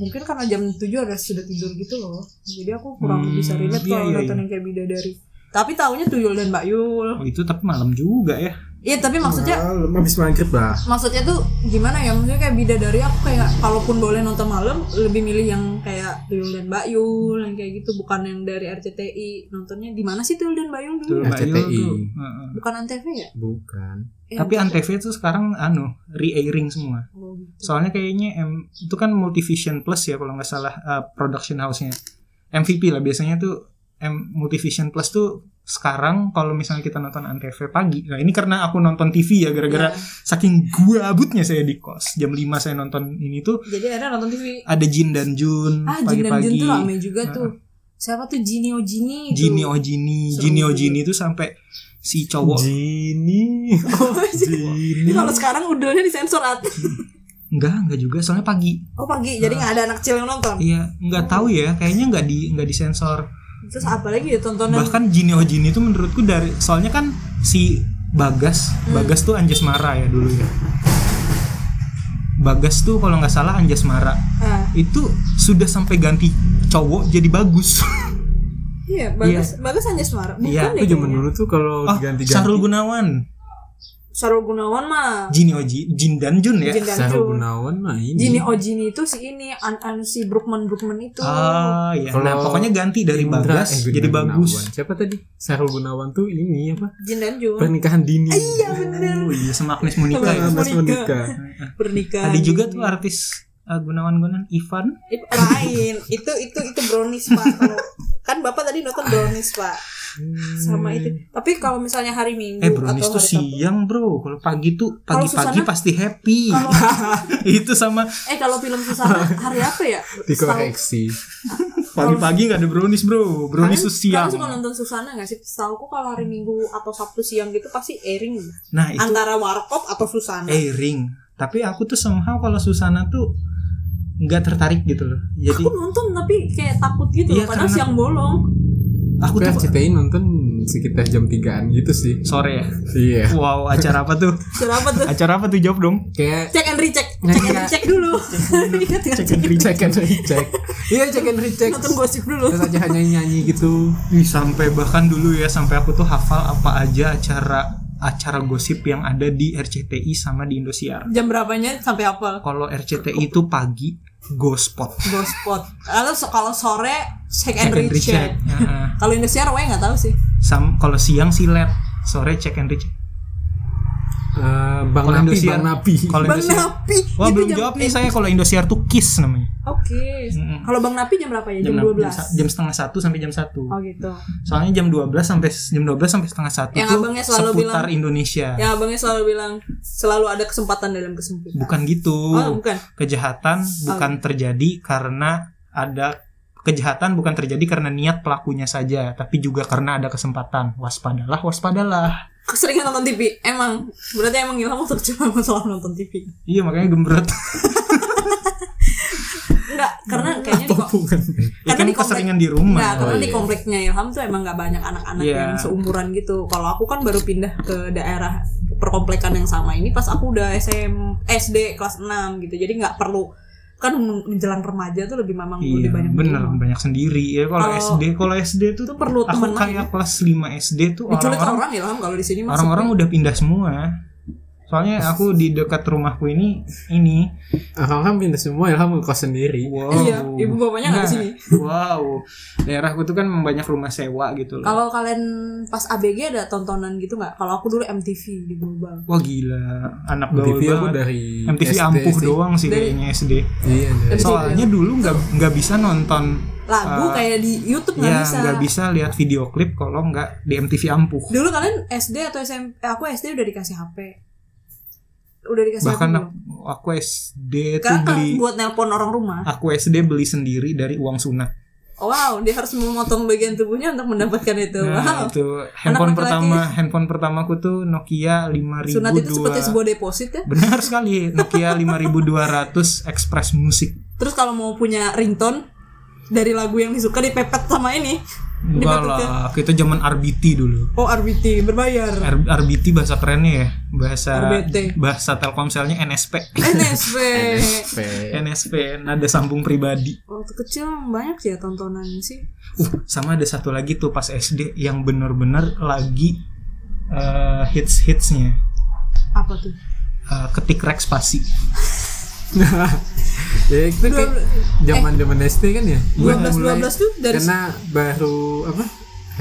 [SPEAKER 3] mungkin karena jam 7 ada sudah tidur gitu loh jadi aku kurang
[SPEAKER 1] Hmm,
[SPEAKER 3] bisa relate
[SPEAKER 1] iya,
[SPEAKER 3] kalau
[SPEAKER 1] iya,
[SPEAKER 3] nonton
[SPEAKER 1] iya.
[SPEAKER 3] yang kayak bidadari tapi taunya tuyul dan mbak yul
[SPEAKER 1] Oh, itu tapi malam juga ya.
[SPEAKER 3] iya tapi maksudnya
[SPEAKER 2] Malam, habis maghrib lah.
[SPEAKER 3] maksudnya tuh gimana ya maksudnya kayak bidadari aku kayak kalaupun boleh nonton malam lebih milih yang kayak tuyul dan mbak yul yang kayak gitu bukan yang dari RCTI nontonnya di mana sih tuyul dan mbak yul dulu
[SPEAKER 1] Tuh, Mbak Yul
[SPEAKER 2] RCTI.
[SPEAKER 1] tuh. Heeh.
[SPEAKER 3] bukan antv ya
[SPEAKER 2] Bukan.
[SPEAKER 3] Eh,
[SPEAKER 1] Tapi Antv itu sekarang anu re-airing semua.
[SPEAKER 3] Oh, gitu.
[SPEAKER 1] Soalnya kayaknya em, itu kan Multivision Plus ya kalau nggak salah eh, production house-nya. MVP lah biasanya tuh M Multivision Plus tuh sekarang kalau misalnya kita nonton Antv pagi nah ini karena aku nonton TV ya gara-gara
[SPEAKER 3] Iya.
[SPEAKER 1] saking gua abutnya saya di kos jam 5 saya nonton ini tuh
[SPEAKER 3] Jadi akhirnya nonton TV.
[SPEAKER 1] ada Jin dan Jun
[SPEAKER 3] Ah, Jin dan Jun
[SPEAKER 1] pagi-pagi
[SPEAKER 3] tuh rame juga
[SPEAKER 1] Ah.
[SPEAKER 3] tuh. Siapa tuh Jini oh Jini itu? [LAUGHS]
[SPEAKER 1] Jini oh Jini
[SPEAKER 3] Seru
[SPEAKER 1] Jini oh
[SPEAKER 3] juga.
[SPEAKER 1] Jini tuh sampai si cowok
[SPEAKER 2] Jini.
[SPEAKER 3] Ini
[SPEAKER 2] Jini.
[SPEAKER 3] kalau sekarang udelnya disensor
[SPEAKER 1] [LAUGHS]
[SPEAKER 3] at.
[SPEAKER 1] enggak enggak juga soalnya pagi
[SPEAKER 3] Oh pagi, jadi nggak ada anak kecil yang nonton.
[SPEAKER 1] iya enggak tahu ya kayaknya enggak di enggak disensor
[SPEAKER 3] Terus apa lagi ya tontonan?
[SPEAKER 1] bahkan Jini oh Jini itu menurutku dari soalnya kan si Bagas
[SPEAKER 3] Hmm.
[SPEAKER 1] Bagas tuh Anjasmara ya dulu ya Bagas tuh kalau nggak salah Anjasmara
[SPEAKER 3] Ah,
[SPEAKER 1] itu sudah sampai ganti cowok jadi bagus
[SPEAKER 3] iya, bagus, bagus Anja Semara. Bukan
[SPEAKER 1] Iya,
[SPEAKER 3] deh
[SPEAKER 2] Itu zaman
[SPEAKER 3] kayaknya.
[SPEAKER 2] dulu tuh
[SPEAKER 1] [LAUGHS]
[SPEAKER 2] kalau
[SPEAKER 1] oh
[SPEAKER 2] ganti-ganti.
[SPEAKER 1] Sarul Gunawan
[SPEAKER 3] Sarul Gunawan mah.
[SPEAKER 1] Jini oh Ji- Jin dan Jun ya
[SPEAKER 3] Jin dan
[SPEAKER 2] Sarul
[SPEAKER 3] Jun.
[SPEAKER 2] Gunawan mah ini.
[SPEAKER 3] Jini oh Jini itu si ini an, anu si Brookman Brookman itu.
[SPEAKER 1] ah ya
[SPEAKER 2] Kalau
[SPEAKER 1] nah pokoknya ganti dari
[SPEAKER 2] Indra- eh,
[SPEAKER 1] Bagas
[SPEAKER 2] Indra
[SPEAKER 1] jadi
[SPEAKER 2] Gunawan.
[SPEAKER 1] bagus
[SPEAKER 2] Siapa tadi? Sarul Gunawan tuh ini apa?
[SPEAKER 3] Jin dan Jun.
[SPEAKER 2] Pernikahan dini. Ah,
[SPEAKER 3] Iya bener
[SPEAKER 1] oh iya sama Agnes Monica ya
[SPEAKER 3] Sama-
[SPEAKER 2] Mas
[SPEAKER 3] Monica.
[SPEAKER 2] menikah.
[SPEAKER 3] Pernikahan.
[SPEAKER 1] ada juga
[SPEAKER 3] ini.
[SPEAKER 1] tuh artis Gunawan Gunawan Ivan
[SPEAKER 3] Ip, lain itu itu itu brownies pak kalau kan bapak tadi nonton brownies pak sama itu tapi kalau misalnya hari minggu
[SPEAKER 1] Eh brownies tuh
[SPEAKER 3] Iya, atau hari Sabtu-
[SPEAKER 1] siang bro Kalau pagi tuh
[SPEAKER 3] Kalau
[SPEAKER 1] Pagi-pagi
[SPEAKER 3] Susana-
[SPEAKER 1] pasti happy
[SPEAKER 3] kalau
[SPEAKER 1] [LAUGHS] Itu sama
[SPEAKER 3] eh kalau film Susana hari apa
[SPEAKER 1] [LAUGHS]
[SPEAKER 3] ya
[SPEAKER 2] Dikoreksi.
[SPEAKER 1] Pagi-pagi nggak ada brownies bro Brownies tuh siang
[SPEAKER 3] Kalian suka nonton Susana gak sih? Setahu aku kalau hari Minggu atau Sabtu siang gitu pasti airing
[SPEAKER 1] Nah itu Eh,
[SPEAKER 3] antara warkop atau Susana.
[SPEAKER 1] airing Tapi aku tuh somehow Kalau Susana tuh nggak tertarik gitu loh Jadi
[SPEAKER 3] Aku nonton tapi kayak takut gitu
[SPEAKER 1] Iya,
[SPEAKER 3] loh, padahal
[SPEAKER 1] karena-
[SPEAKER 3] siang bolong.
[SPEAKER 1] aku
[SPEAKER 2] Aku
[SPEAKER 1] tuh
[SPEAKER 2] RCTI nonton sekitar jam 3-an gitu sih.
[SPEAKER 1] Sore ya
[SPEAKER 2] Iya.
[SPEAKER 1] Wow acara apa tuh
[SPEAKER 3] Kenapa tuh?
[SPEAKER 1] [LAUGHS] Acara apa tuh jawab dong
[SPEAKER 2] Kayak
[SPEAKER 3] Cek and recheck,
[SPEAKER 1] Nah,
[SPEAKER 3] cek and recheck dulu. [LAUGHS] Ingat nggak?
[SPEAKER 1] iya. Cek and recheck.
[SPEAKER 2] check and recheck. Iya, check and recheck.
[SPEAKER 3] Nonton gosip dulu.
[SPEAKER 2] Terus aja hanya nyanyi gitu.
[SPEAKER 1] Ih, Sampai bahkan dulu ya Sampai aku tuh hafal apa aja acara Acara gosip yang ada di RCTI sama di Indosiar
[SPEAKER 3] Jam berapanya sampai apa?
[SPEAKER 1] Kalau RCTI itu pagi Gospot
[SPEAKER 3] Gospot. Lalu so- kalau sore cek
[SPEAKER 1] Second
[SPEAKER 3] and
[SPEAKER 1] recheck
[SPEAKER 3] recheck.
[SPEAKER 1] Heeh.
[SPEAKER 3] Kalau Indonesia Roy nggak tahu sih.
[SPEAKER 1] Sam kalau siang silet, sore check and recheck.
[SPEAKER 2] Eh, Bang
[SPEAKER 1] Kalau
[SPEAKER 2] Napi,
[SPEAKER 1] Indosiar-
[SPEAKER 2] Bang Napi.
[SPEAKER 1] Kalau
[SPEAKER 3] Bang
[SPEAKER 1] Indosiar,
[SPEAKER 3] Napi.
[SPEAKER 1] wah
[SPEAKER 3] itu
[SPEAKER 1] belum
[SPEAKER 3] jam- eh,
[SPEAKER 1] jawab nih saya kalau Indosiar tuh kiss namanya.
[SPEAKER 3] Oke.
[SPEAKER 1] Mm-mm.
[SPEAKER 3] Kalau Bang Napi jam berapa ya? Jam,
[SPEAKER 1] enam-
[SPEAKER 3] 12.
[SPEAKER 1] sa- jam setengah satu sampai jam satu.
[SPEAKER 3] Oh gitu.
[SPEAKER 1] Soalnya jam 12 sampai jam 12 sampai setengah satu
[SPEAKER 3] Yang
[SPEAKER 1] tuh
[SPEAKER 3] abangnya selalu
[SPEAKER 1] seputar
[SPEAKER 3] bilang-
[SPEAKER 1] Indonesia.
[SPEAKER 3] Ya abangnya selalu bilang selalu ada kesempatan dalam kesempitan.
[SPEAKER 1] Bukan gitu.
[SPEAKER 3] Oh bukan.
[SPEAKER 1] Kejahatan bukan
[SPEAKER 3] Oh.
[SPEAKER 1] terjadi karena ada kejahatan bukan terjadi karena niat pelakunya saja, tapi juga karena ada kesempatan. Waspadalah, waspadalah.
[SPEAKER 3] Keseringan nonton TV. Emang berarti [LAUGHS] emang ilham untuk cuma masalah nonton TV.
[SPEAKER 1] Iya makanya gembrot.
[SPEAKER 3] Enggak, karena kayaknya di kok.
[SPEAKER 2] Bukan.
[SPEAKER 1] ya kan
[SPEAKER 3] Karena di komplek-
[SPEAKER 1] keseringan di rumah.
[SPEAKER 3] Enggak, Nah, karena
[SPEAKER 2] Oh,
[SPEAKER 3] di
[SPEAKER 2] iya.
[SPEAKER 3] kompleknya Ilham tuh emang nggak banyak anak-anak
[SPEAKER 1] Iya.
[SPEAKER 3] yang seumuran gitu. Kalau aku kan baru pindah ke daerah perkomplekan yang sama ini pas aku udah SM, SD kelas 6 gitu. Jadi nggak perlu kan menjelang remaja tuh lebih memang
[SPEAKER 1] Iya,
[SPEAKER 3] lebih banyak di
[SPEAKER 1] bener
[SPEAKER 3] rumah.
[SPEAKER 1] banyak sendiri ya kalau
[SPEAKER 3] Kalau-
[SPEAKER 1] SD kalau SD tuh
[SPEAKER 3] Itu perlu
[SPEAKER 1] aku
[SPEAKER 3] temen
[SPEAKER 1] kayak
[SPEAKER 3] aja.
[SPEAKER 1] kelas 5 SD tuh
[SPEAKER 3] Diculik
[SPEAKER 1] orang-orang
[SPEAKER 3] orang Ilham kalau di sini masuk.
[SPEAKER 1] orang-orang udah pindah semua soalnya aku di dekat rumahku ini ini
[SPEAKER 2] Alhamdulillah pindah semua, Ilham ngekos sendiri.
[SPEAKER 1] wow
[SPEAKER 3] Iya, ibu bapaknya
[SPEAKER 1] Nah.
[SPEAKER 3] nggak di sini.
[SPEAKER 1] wow daerahku tuh kan banyak rumah sewa gitu loh
[SPEAKER 3] Kalau kalian pas ABG ada tontonan gitu nggak? Kalau aku dulu MTV di Global.
[SPEAKER 1] wah gila anak gaul
[SPEAKER 2] MTV aku
[SPEAKER 1] banget
[SPEAKER 2] dari
[SPEAKER 1] MTV
[SPEAKER 2] SD
[SPEAKER 1] ampuh
[SPEAKER 2] sih.
[SPEAKER 1] doang sih
[SPEAKER 3] Dari-
[SPEAKER 1] kayaknya SD
[SPEAKER 2] Iya, dari-
[SPEAKER 3] Dari-
[SPEAKER 1] soalnya dulu nggak nggak bisa nonton Ah,
[SPEAKER 3] Lagu kayak di YouTube nggak
[SPEAKER 1] ya
[SPEAKER 3] bisa.
[SPEAKER 1] nggak bisa lihat video klip kalau nggak di MTV ampuh
[SPEAKER 3] Dulu kalian SD atau SMP? Eh, Aku SD udah dikasih HP. Udah dikasih
[SPEAKER 1] bahkan
[SPEAKER 3] HP.
[SPEAKER 1] aku,
[SPEAKER 3] belum?
[SPEAKER 1] aku SD tuh
[SPEAKER 3] Karena kan
[SPEAKER 1] beli
[SPEAKER 3] buat nelpon orang rumah.
[SPEAKER 1] aku SD beli sendiri dari uang sunat
[SPEAKER 3] Oh, wow, dia harus memotong bagian tubuhnya untuk mendapatkan itu.
[SPEAKER 1] nah
[SPEAKER 3] wow.
[SPEAKER 1] itu handphone
[SPEAKER 3] laki-laki.
[SPEAKER 1] pertama handphone pertamaku tuh Nokia
[SPEAKER 3] Sunat itu seperti
[SPEAKER 1] 5002
[SPEAKER 3] sebuah deposit ya.
[SPEAKER 1] benar sekali Nokia 5200 Express Music
[SPEAKER 3] Terus kalau mau punya ringtone dari lagu yang disuka dipepet sama ini.
[SPEAKER 1] enggak
[SPEAKER 3] Dipepet ya.
[SPEAKER 1] lah kita zaman RBT dulu
[SPEAKER 3] Oh, RBT berbayar.
[SPEAKER 1] R- RBT bahasa kerennya ya bahasa
[SPEAKER 3] RBT.
[SPEAKER 1] bahasa Telkomselnya [LAUGHS] NSP
[SPEAKER 3] NSP.
[SPEAKER 2] NSP.
[SPEAKER 1] NSP nada nah sambung pribadi
[SPEAKER 3] Waktu kecil banyak ya tontonan sih.
[SPEAKER 1] uh sama ada satu lagi tuh pas SD yang bener-bener lagi eh, hits-hitsnya
[SPEAKER 3] Apa tuh?
[SPEAKER 1] Eh, ketik rek spasi
[SPEAKER 2] ya itu kayak zaman-zaman SD kan ya.
[SPEAKER 3] 12
[SPEAKER 2] mulai-
[SPEAKER 3] 12 tuh dari
[SPEAKER 2] karena baru apa?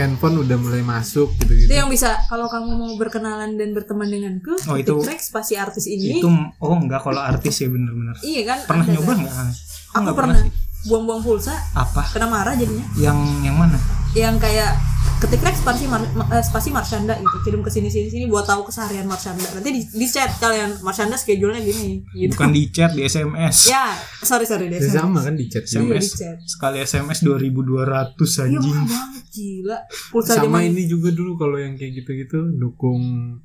[SPEAKER 2] Handphone udah mulai masuk gitu-gitu.
[SPEAKER 3] itu yang bisa kalau kamu mau berkenalan dan berteman denganku,
[SPEAKER 1] Gitu. Oh, itu-
[SPEAKER 3] ketik Rex pasti artis ini.
[SPEAKER 1] itu oh enggak kalau artis ya bener-bener
[SPEAKER 3] iya kan?
[SPEAKER 1] pernah
[SPEAKER 3] ada
[SPEAKER 1] nyoba
[SPEAKER 3] kan?
[SPEAKER 1] nggak Aku
[SPEAKER 3] Aku
[SPEAKER 1] nggak
[SPEAKER 3] pernah
[SPEAKER 1] sih.
[SPEAKER 3] buang-buang pulsa,
[SPEAKER 1] apa
[SPEAKER 3] kena marah jadinya.
[SPEAKER 1] yang yang mana
[SPEAKER 3] Yang kayak ketiknya ekspansi mar, ma- eh, spasi Marshanda gitu kirim ke sini sini sini buat tahu keseharian Marshanda nanti di, di chat kalian Marshanda schedule-nya gini gitu
[SPEAKER 1] bukan di chat di SMS
[SPEAKER 3] ya sorry sorry deh
[SPEAKER 2] Ya, sama kan di chat
[SPEAKER 3] Iya,
[SPEAKER 2] juga.
[SPEAKER 3] di
[SPEAKER 1] SMS
[SPEAKER 3] chat
[SPEAKER 1] sekali SMS 2200
[SPEAKER 3] Iya,
[SPEAKER 1] anjing
[SPEAKER 3] mahal banget, gila pulsa
[SPEAKER 2] Sama
[SPEAKER 3] zaman
[SPEAKER 2] ini juga dulu kalau yang kayak gitu-gitu dukung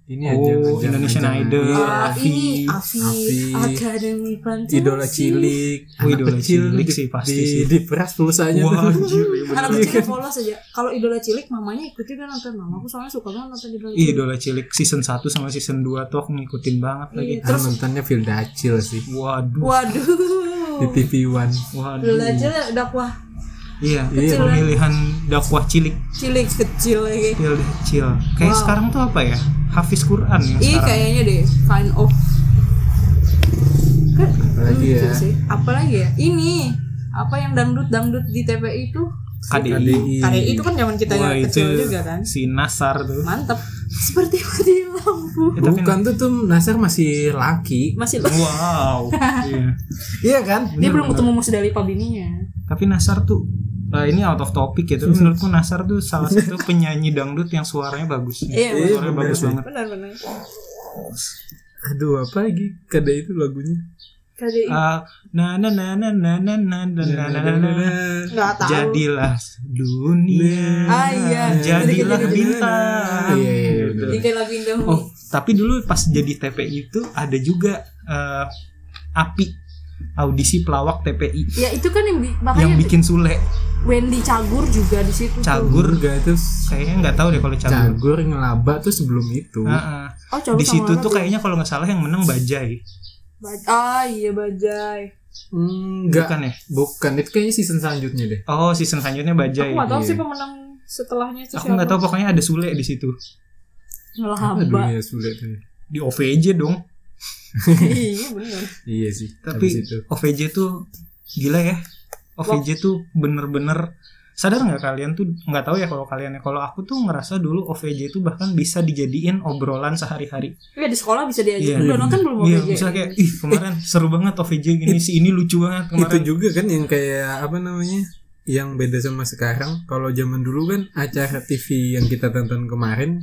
[SPEAKER 2] ini
[SPEAKER 1] Oh,
[SPEAKER 2] aja
[SPEAKER 1] Indonesian Idol.
[SPEAKER 2] Iya.
[SPEAKER 3] Ah, ini
[SPEAKER 2] Afi.
[SPEAKER 3] Afi, Academy Prancis
[SPEAKER 2] Idola cilik,
[SPEAKER 1] Oh, idola cilik sih, pasti
[SPEAKER 2] di,
[SPEAKER 1] sih.
[SPEAKER 2] di peras pulsanya
[SPEAKER 1] Wah,
[SPEAKER 2] tuh.
[SPEAKER 1] anjir, iya bener.
[SPEAKER 3] anak kecilnya polos aja kalau idola cilik mamanya ikutin kan nonton mamaku soalnya suka banget nonton idola
[SPEAKER 1] Ih,
[SPEAKER 3] cilik
[SPEAKER 1] Idola Cilik season 1 sama season 2 tuh aku ngikutin banget lagi.
[SPEAKER 3] Iya.
[SPEAKER 2] Ah,
[SPEAKER 3] Terus-
[SPEAKER 2] nontonnya Phil Dacil sih
[SPEAKER 1] Waduh,
[SPEAKER 3] waduh
[SPEAKER 2] di TV One.
[SPEAKER 1] waduh.
[SPEAKER 3] idola cilik dakwah
[SPEAKER 1] Iya,
[SPEAKER 2] Kecil
[SPEAKER 3] lah.
[SPEAKER 1] pemilihan dakwah cilik
[SPEAKER 3] cilik kecil lagi
[SPEAKER 1] kecil kecil. Kayak
[SPEAKER 3] Wow.
[SPEAKER 1] sekarang tuh apa ya? Hafiz Quran ya
[SPEAKER 3] Ih
[SPEAKER 1] sekarang.
[SPEAKER 3] kayaknya deh kind of Kan
[SPEAKER 1] Iya.
[SPEAKER 2] Apalagi
[SPEAKER 3] lucu
[SPEAKER 2] ya?
[SPEAKER 3] sih. Apalagi ya? Ini apa yang dangdut dangdut di TPI itu?
[SPEAKER 1] KDI.
[SPEAKER 3] KDI itu kan zaman kita
[SPEAKER 1] Iya. Wah,
[SPEAKER 3] yang
[SPEAKER 1] itu
[SPEAKER 3] kecil juga kan.
[SPEAKER 1] si Nasar tuh.
[SPEAKER 3] Mantep. Seperti di lampu.
[SPEAKER 1] Eh, tapi-
[SPEAKER 2] Bukan tuh tuh Nasar masih laki.
[SPEAKER 3] Masih
[SPEAKER 1] Wow. Iya.
[SPEAKER 2] Iya kan?
[SPEAKER 3] dia belum ketemu Musdalifah bininya.
[SPEAKER 1] Tapi Nasar tuh eh, ini out of topic ya, tapi menurutku Nasar tuh salah satu penyanyi dangdut yang suaranya bagus.
[SPEAKER 3] Iya,
[SPEAKER 1] Suaranya
[SPEAKER 2] bener
[SPEAKER 1] bagus
[SPEAKER 2] sih.
[SPEAKER 1] banget.
[SPEAKER 3] Benar-benar.
[SPEAKER 2] Aduh, apa lagi KDI itu lagunya?
[SPEAKER 3] KDI.
[SPEAKER 1] Eh, na na na na na na na na na na na na.
[SPEAKER 3] Nggak tahu.
[SPEAKER 1] Jadilah dunia.
[SPEAKER 3] Ah, iya.
[SPEAKER 1] Jadilah
[SPEAKER 3] Gitu, gitu, gitu.
[SPEAKER 1] bintang.
[SPEAKER 2] Iya, iya, iya,
[SPEAKER 1] Gitu.
[SPEAKER 2] bener.
[SPEAKER 3] Jadi kayak lagu Indomie.
[SPEAKER 1] Oh, tapi dulu pas jadi TPI itu ada juga eh, API audisi pelawak TPI
[SPEAKER 3] Ya itu kan yang bi-
[SPEAKER 1] yang
[SPEAKER 3] makanya
[SPEAKER 1] bikin Sule
[SPEAKER 3] Wendy Cagur juga di situ. tuh.
[SPEAKER 1] Cagur
[SPEAKER 2] Gurga itu
[SPEAKER 1] kayaknya nggak tahu deh kalau Cagur. Ah.
[SPEAKER 2] Cagur ngelaba tuh sebelum itu.
[SPEAKER 1] Heeh.
[SPEAKER 3] Oh, Cagur
[SPEAKER 1] Di
[SPEAKER 3] sama
[SPEAKER 1] situ
[SPEAKER 3] Lala
[SPEAKER 1] tuh kayaknya kalau nggak salah yang menang Bajai,
[SPEAKER 3] Ba- ah iya Bajai.
[SPEAKER 2] Enggak.
[SPEAKER 1] bukan ya?
[SPEAKER 2] Bukan, itu kayaknya season selanjutnya deh.
[SPEAKER 1] Oh, season selanjutnya
[SPEAKER 3] Aku
[SPEAKER 1] Bajai.
[SPEAKER 3] nggak tahu
[SPEAKER 2] iya.
[SPEAKER 3] sih pemenang setelahnya itu
[SPEAKER 1] Aku nggak tahu iya. pokoknya ada Sule di situ.
[SPEAKER 2] Apa
[SPEAKER 3] Ngelahaba.
[SPEAKER 2] dunia iya, sulit tuh.
[SPEAKER 1] Di OVJ dong.
[SPEAKER 3] [LAUGHS] iya benar.
[SPEAKER 2] Iya sih.
[SPEAKER 1] Tapi
[SPEAKER 2] habis itu.
[SPEAKER 1] OVJ tuh gila ya. OVJ tuh bener-bener sadar nggak kalian tuh nggak tahu ya kalau kalian ya kalau aku tuh ngerasa dulu OVJ tuh bahkan bisa dijadiin obrolan sehari-hari.
[SPEAKER 3] Iya di sekolah bisa diajak.
[SPEAKER 1] Iya.
[SPEAKER 3] Udah nonton belum
[SPEAKER 1] Iya,
[SPEAKER 3] Bajai?
[SPEAKER 1] misalnya kayak ih kemarin seru banget OVJ gini si ini lucu banget
[SPEAKER 2] itu
[SPEAKER 1] kemarin.
[SPEAKER 2] juga kan yang kayak apa namanya? Yang beda sama sekarang. Kalau zaman dulu kan acara TV yang kita tonton kemarin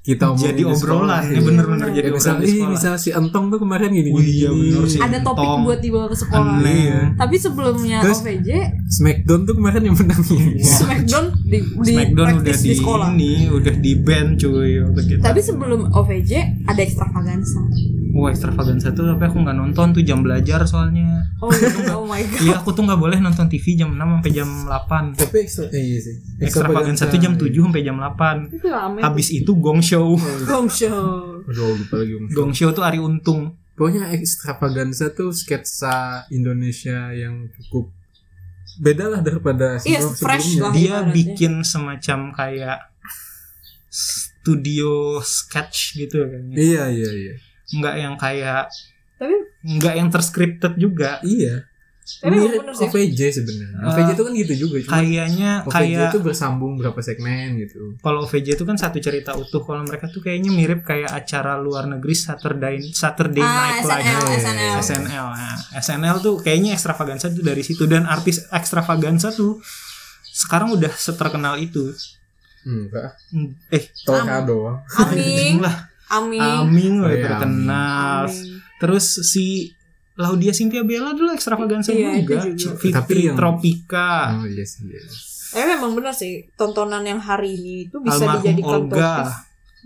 [SPEAKER 2] kita omongin
[SPEAKER 1] Jadi
[SPEAKER 2] di sekolah.
[SPEAKER 1] obrolan, ya
[SPEAKER 2] Iya.
[SPEAKER 1] bener-bener
[SPEAKER 2] Ya,
[SPEAKER 1] jadi
[SPEAKER 2] misal,
[SPEAKER 1] obrolan di
[SPEAKER 2] ih,
[SPEAKER 1] sekolah.
[SPEAKER 2] misal si Entong tuh kemarin gini.
[SPEAKER 1] Oh iya, bener sih.
[SPEAKER 3] Ada topik
[SPEAKER 1] Tong.
[SPEAKER 3] buat dibawa ke sekolah.
[SPEAKER 1] Aneh.
[SPEAKER 3] Tapi sebelumnya
[SPEAKER 2] Terus-
[SPEAKER 3] OVJ,
[SPEAKER 2] Smackdown tuh kemarin yang menang. ya.
[SPEAKER 1] Iya.
[SPEAKER 3] Smackdown di, di
[SPEAKER 1] Ya. Smackdown udah
[SPEAKER 3] praktis
[SPEAKER 1] di,
[SPEAKER 3] di sekolah.
[SPEAKER 1] ini, udah di band cuy waktu kita.
[SPEAKER 3] Tapi sebelum OVJ ada ekstravaganza.
[SPEAKER 1] Wah, extravaganza tuh tapi aku nggak nonton tuh jam belajar soalnya.
[SPEAKER 3] Oh, iya, oh my god.
[SPEAKER 1] Iya, aku tuh nggak boleh nonton TV jam 6 sampai jam 8.
[SPEAKER 2] Tapi ekstra- eh, iya sih.
[SPEAKER 1] Extravaganza tuh jam 7 sampai jam 8.
[SPEAKER 3] Itu rame.
[SPEAKER 1] Habis itu Gong Show. [LAUGHS]
[SPEAKER 3] Gong show.
[SPEAKER 2] Aduh, lupa lagi. Om.
[SPEAKER 1] Gong Show tuh Ari Untung.
[SPEAKER 3] Oh,
[SPEAKER 2] Pokoknya ekstravaganza tuh sketsa Indonesia yang cukup beda lah daripada
[SPEAKER 3] Iya,
[SPEAKER 2] sebelum
[SPEAKER 3] fresh lah.
[SPEAKER 2] sebelumnya.
[SPEAKER 1] Dia
[SPEAKER 3] ibaratnya.
[SPEAKER 1] bikin semacam kayak studio sketch gitu kayaknya.
[SPEAKER 2] Iya, iya, iya.
[SPEAKER 1] Nggak yang kayak
[SPEAKER 3] Tapi
[SPEAKER 1] nggak yang terscripted juga.
[SPEAKER 2] Iya.
[SPEAKER 3] Tapi emang
[SPEAKER 2] Mirip
[SPEAKER 3] bener sih.
[SPEAKER 2] OVJ sebenarnya.
[SPEAKER 1] Eh,
[SPEAKER 2] OVJ itu kan gitu juga. Cuma
[SPEAKER 1] Kayaknya
[SPEAKER 2] OVJ
[SPEAKER 1] kayak
[SPEAKER 2] itu bersambung berapa segmen gitu.
[SPEAKER 1] kalau OVJ itu kan satu cerita utuh kalau mereka tuh kayaknya mirip kayak acara luar negeri Saturday Saturday
[SPEAKER 3] ah,
[SPEAKER 1] Night Live
[SPEAKER 3] SNL,
[SPEAKER 2] Live.
[SPEAKER 3] SNL.
[SPEAKER 1] SNL nah, SNL tuh kayaknya ekstravaganza tuh dari situ dan artis ekstravaganza tuh sekarang udah seterkenal itu
[SPEAKER 2] Enggak.
[SPEAKER 1] Hmm, eh
[SPEAKER 2] Tolka doang.
[SPEAKER 3] Aming,
[SPEAKER 1] lah
[SPEAKER 3] Aming.
[SPEAKER 1] Aming
[SPEAKER 2] Oh
[SPEAKER 1] udah
[SPEAKER 2] iya,
[SPEAKER 1] terkenal terus si Laudia Cynthia Bella dulu ekstravaganza
[SPEAKER 3] Iya,
[SPEAKER 1] juga,
[SPEAKER 3] itu juga.
[SPEAKER 1] Fitri
[SPEAKER 2] Tapi yang-
[SPEAKER 1] Tropika
[SPEAKER 2] Oh, iya sih. Iya.
[SPEAKER 3] Tapi memang benar sih tontonan yang hari ini itu bisa
[SPEAKER 1] Almarhum
[SPEAKER 3] dijadikan
[SPEAKER 1] Olga.
[SPEAKER 3] topik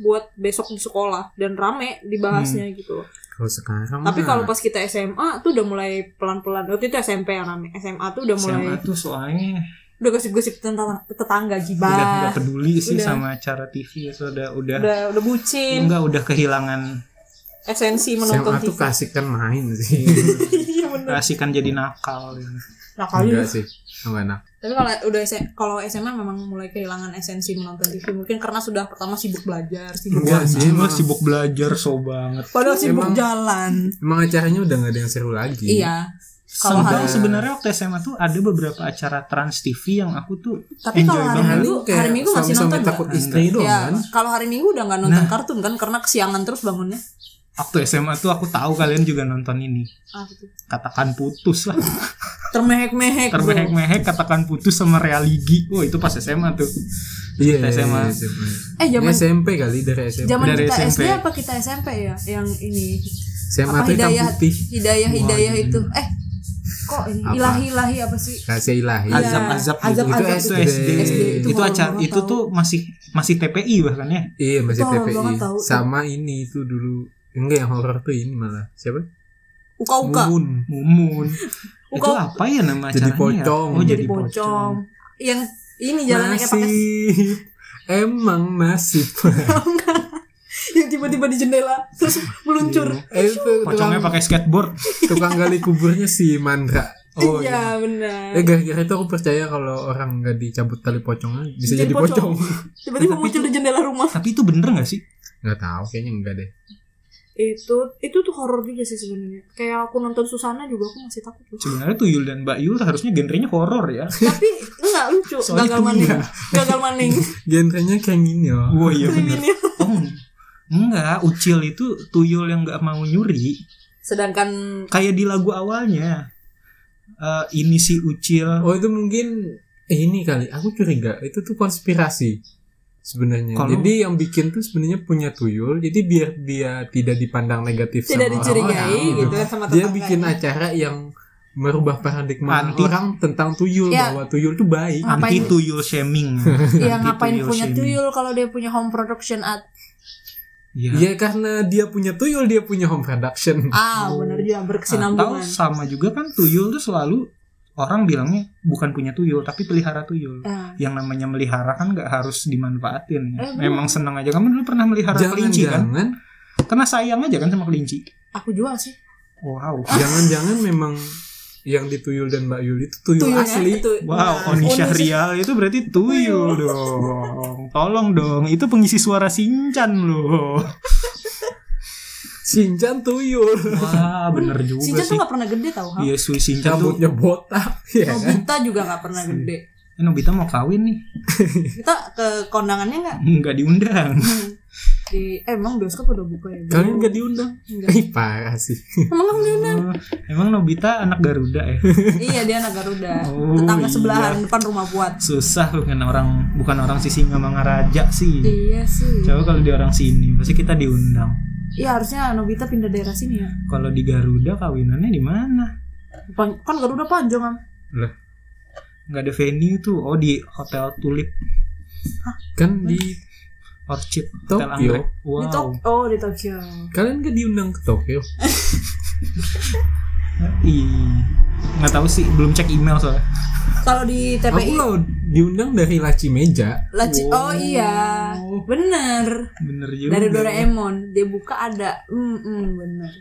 [SPEAKER 3] buat besok di sekolah dan rame dibahasnya
[SPEAKER 2] Hmm.
[SPEAKER 3] gitu.
[SPEAKER 2] Kalau sekarang
[SPEAKER 3] Tapi
[SPEAKER 2] mah-
[SPEAKER 3] kalau pas kita SMA tuh udah mulai pelan-pelan. Waktu itu SMP yang rame. SMA tuh udah mulai
[SPEAKER 1] SMA tuh soalnya
[SPEAKER 3] udah gosip-gosip tentang tetangga gibah.
[SPEAKER 1] udah
[SPEAKER 3] Udah
[SPEAKER 1] nggak peduli sih
[SPEAKER 3] Udah.
[SPEAKER 1] sama acara TV itu udah udah
[SPEAKER 3] udah, bucin,
[SPEAKER 1] Enggak udah kehilangan
[SPEAKER 3] esensi
[SPEAKER 2] SMA
[SPEAKER 3] menonton TV.
[SPEAKER 2] tuh kasih kan main sih.
[SPEAKER 3] [LAUGHS] Iya benar.
[SPEAKER 1] kasihkan kan jadi nakal gitu.
[SPEAKER 3] Nah, kali
[SPEAKER 2] Enggak sih. Enggak enak.
[SPEAKER 3] Tapi kalau udah S- kalau SMA memang mulai kehilangan esensi menonton TV mungkin karena sudah pertama sibuk belajar, sibuk
[SPEAKER 2] Enggak
[SPEAKER 1] Wah,
[SPEAKER 2] sih,
[SPEAKER 1] dia mah
[SPEAKER 2] emang.
[SPEAKER 1] sibuk belajar so banget.
[SPEAKER 3] padahal sibuk
[SPEAKER 2] Emang-
[SPEAKER 3] jalan.
[SPEAKER 2] Emang acaranya udah nggak ada yang seru lagi.
[SPEAKER 3] Iya. Kalau
[SPEAKER 1] Sedang
[SPEAKER 2] hari-
[SPEAKER 1] sebenarnya waktu SMA tuh ada beberapa acara Trans TV yang aku tuh
[SPEAKER 3] Tapi
[SPEAKER 1] enjoy
[SPEAKER 3] kalau hari
[SPEAKER 1] banget.
[SPEAKER 3] Minggu-
[SPEAKER 2] Paling kayak
[SPEAKER 3] hari Minggu masih
[SPEAKER 2] suami-suami
[SPEAKER 3] nonton nggak?
[SPEAKER 2] takut istri doang
[SPEAKER 3] Ya,
[SPEAKER 2] kan.
[SPEAKER 3] kalau hari Minggu udah nggak nonton kartun kan karena kesiangan terus bangunnya.
[SPEAKER 1] Waktu SMA tuh aku tahu kalian juga nonton ini.
[SPEAKER 3] Ah, gitu. [LAUGHS]
[SPEAKER 1] Katakan putus lah.
[SPEAKER 3] termehek-mehek bro.
[SPEAKER 1] termehek-mehek katakan putus sama realigi oh itu pas SMA tuh
[SPEAKER 2] Iya,
[SPEAKER 1] Kita SMA.
[SPEAKER 2] SMA.
[SPEAKER 3] eh zaman
[SPEAKER 2] SMP kali dari SMP.
[SPEAKER 3] zaman
[SPEAKER 1] Dari
[SPEAKER 3] kita
[SPEAKER 1] SMP.
[SPEAKER 3] SD apa kita SMP ya yang ini
[SPEAKER 2] SMA
[SPEAKER 3] apa
[SPEAKER 2] tuh hitam
[SPEAKER 3] hidayah
[SPEAKER 2] putih.
[SPEAKER 3] hidayah
[SPEAKER 2] Wah,
[SPEAKER 3] hidayah
[SPEAKER 2] ini.
[SPEAKER 3] itu eh kok ini
[SPEAKER 2] Apa?
[SPEAKER 3] ilahi ilahi apa sih
[SPEAKER 2] Kasih ilahi.
[SPEAKER 3] Iya.
[SPEAKER 1] Azab- azab gitu.
[SPEAKER 3] azab,
[SPEAKER 2] Itu
[SPEAKER 3] azab
[SPEAKER 1] itu
[SPEAKER 2] SD.
[SPEAKER 1] SD,
[SPEAKER 2] SD,
[SPEAKER 1] itu,
[SPEAKER 2] itu
[SPEAKER 3] baru
[SPEAKER 1] acara
[SPEAKER 3] banget
[SPEAKER 1] itu
[SPEAKER 3] tahu.
[SPEAKER 1] tuh masih masih TPI bahkan ya
[SPEAKER 2] Iya, masih
[SPEAKER 3] Itu horor
[SPEAKER 2] TPI.
[SPEAKER 3] banget tau.
[SPEAKER 2] Sama ini tuh dulu. Enggak yang horor tuh ini malah. Siapa?
[SPEAKER 3] uka uka
[SPEAKER 2] Mumun.
[SPEAKER 3] [LAUGHS]
[SPEAKER 1] Mumun itu
[SPEAKER 3] Uka-
[SPEAKER 1] apa ya nama acaranya
[SPEAKER 2] Jadi
[SPEAKER 1] ya?
[SPEAKER 2] pocong.
[SPEAKER 1] oh jadi,
[SPEAKER 3] jadi
[SPEAKER 1] pocong,
[SPEAKER 3] pocong Iya, yang ini jalannya kayak pakai
[SPEAKER 2] Nasib. Emang nasib.
[SPEAKER 3] [LAUGHS] yang tiba-tiba di jendela terus
[SPEAKER 1] [LAUGHS]
[SPEAKER 3] meluncur
[SPEAKER 2] eh, itu
[SPEAKER 1] Iya. pocongnya
[SPEAKER 2] tukang,
[SPEAKER 1] pakai skateboard
[SPEAKER 2] tukang gali kuburnya si Mandra.
[SPEAKER 3] [LAUGHS]
[SPEAKER 1] Oh,
[SPEAKER 3] iya benar
[SPEAKER 2] Eh gara-gara itu aku percaya kalau orang nggak dicabut tali pocongnya bisa jadi,
[SPEAKER 3] Jadi
[SPEAKER 2] pocong. [LAUGHS]
[SPEAKER 3] pocong. tiba-tiba muncul di jendela rumah
[SPEAKER 1] tapi itu bener gak sih
[SPEAKER 2] Nggak tahu kayaknya enggak deh.
[SPEAKER 3] itu itu tuh horor juga sih sebenarnya kayak aku nonton Susana juga aku masih takut loh.
[SPEAKER 1] sebenarnya tuh Yul dan Mbak Yul harusnya genrenya horor ya
[SPEAKER 3] tapi enggak lucu
[SPEAKER 1] Soalnya
[SPEAKER 3] gagal maning gagal maning
[SPEAKER 2] Genrenya kayak gini loh.
[SPEAKER 1] Wah
[SPEAKER 3] Oh,
[SPEAKER 1] [LAUGHS] iya bener
[SPEAKER 3] kriminal
[SPEAKER 1] oh enggak Ucil itu tuyul yang nggak mau nyuri
[SPEAKER 3] sedangkan
[SPEAKER 1] kayak di lagu awalnya Eh ini si Ucil
[SPEAKER 2] Oh itu mungkin eh, ini kali. Aku curiga itu tuh konspirasi sebenarnya.
[SPEAKER 1] Kalau-
[SPEAKER 2] Jadi yang bikin tuh sebenarnya punya tuyul. Jadi biar dia tidak dipandang negatif sama
[SPEAKER 3] tidak dicurigai
[SPEAKER 2] orang-orang,
[SPEAKER 3] gitu kan sama
[SPEAKER 2] Dia
[SPEAKER 3] tetangga
[SPEAKER 2] bikin acara yang merubah paradigma
[SPEAKER 1] Anti.
[SPEAKER 2] orang tentang tuyul
[SPEAKER 3] Ya.
[SPEAKER 2] bahwa tuyul tuh baik.
[SPEAKER 3] Ah.
[SPEAKER 1] anti
[SPEAKER 3] ngapain-
[SPEAKER 1] tuyul shaming
[SPEAKER 3] ya
[SPEAKER 1] Anti
[SPEAKER 3] ngapain
[SPEAKER 1] tuyul
[SPEAKER 3] punya
[SPEAKER 1] shaming.
[SPEAKER 3] tuyul kalau dia punya home production at
[SPEAKER 1] Iya.
[SPEAKER 2] Iya karena dia punya tuyul dia punya home production.
[SPEAKER 3] ah bener juga
[SPEAKER 1] Atau
[SPEAKER 3] berkesinambungan
[SPEAKER 1] sama juga kan tuyul tuh selalu orang bilangnya bukan punya tuyul tapi pelihara tuyul.
[SPEAKER 3] Ah.
[SPEAKER 1] Yang namanya melihara kan nggak harus dimanfaatin. Ya.
[SPEAKER 3] Eh, bener.
[SPEAKER 1] Memang senang aja. Kamu dulu pernah melihara kelinci kan?
[SPEAKER 2] Jangan-jangan
[SPEAKER 1] Karena sayang aja kan sama kelinci.
[SPEAKER 3] aku jual sih
[SPEAKER 1] Wow.
[SPEAKER 2] Jangan-jangan memang yang di Tuyul dan Mbak Yul itu tuyul,
[SPEAKER 3] Tuyulnya
[SPEAKER 2] asli.
[SPEAKER 3] ya, itu
[SPEAKER 1] Wow,
[SPEAKER 3] Nah,
[SPEAKER 1] Oni
[SPEAKER 3] Syah-
[SPEAKER 1] Syahrial itu berarti tuyul dong. Tolong dong, itu pengisi suara Sinchan loh.
[SPEAKER 2] Sinchan tuyul.
[SPEAKER 1] Wah, [LAUGHS] bener
[SPEAKER 3] si
[SPEAKER 1] juga
[SPEAKER 3] Jan tuh
[SPEAKER 1] sih.
[SPEAKER 3] gak pernah gede tau ha?
[SPEAKER 1] Iya, Sui Sinchan tuh.
[SPEAKER 2] Rambutnya botak, ya kan?
[SPEAKER 3] Nobita juga gak pernah gede
[SPEAKER 1] Eh, Nobita mau kawin nih,
[SPEAKER 3] kita ke kondangannya gak?
[SPEAKER 1] nggak diundang.
[SPEAKER 3] di eh, emang bioskop udah buka ya
[SPEAKER 2] Kalian gak diundang?
[SPEAKER 3] Enggak.
[SPEAKER 2] Ih, parah sih.
[SPEAKER 3] emang kamu diundang
[SPEAKER 1] [LAUGHS] Emang Nobita anak Garuda ya?
[SPEAKER 3] iya dia anak Garuda
[SPEAKER 1] Oh,
[SPEAKER 3] tetangga
[SPEAKER 1] iya.
[SPEAKER 3] sebelahan depan rumah buat
[SPEAKER 1] susah bukan orang bukan orang sisi Mangaraja sih
[SPEAKER 3] iya sih
[SPEAKER 1] coba kalau di orang sini pasti kita diundang
[SPEAKER 3] iya harusnya Nobita pindah daerah sini ya
[SPEAKER 1] kalau di Garuda kawinannya di mana
[SPEAKER 3] Pan- kan Garuda panjang kan
[SPEAKER 2] Lah,
[SPEAKER 1] nggak ada venue tuh oh di hotel Tulip
[SPEAKER 2] kan di
[SPEAKER 1] Orchid
[SPEAKER 2] Tokyo.
[SPEAKER 1] Hotel Anggrek
[SPEAKER 3] di
[SPEAKER 1] wow
[SPEAKER 3] Tok oh di Tokyo
[SPEAKER 2] kalian gak diundang ke Tokyo?
[SPEAKER 1] Ih, Iya. nggak tahu sih belum cek email soalnya
[SPEAKER 3] kalau di
[SPEAKER 2] Aku
[SPEAKER 3] TPI
[SPEAKER 2] loh diundang dari Laci Meja.
[SPEAKER 3] Laci oh iya
[SPEAKER 1] Wow.
[SPEAKER 3] bener
[SPEAKER 1] Iya, bener juga
[SPEAKER 3] dari Doraemon dia buka ada hmm hmm, bener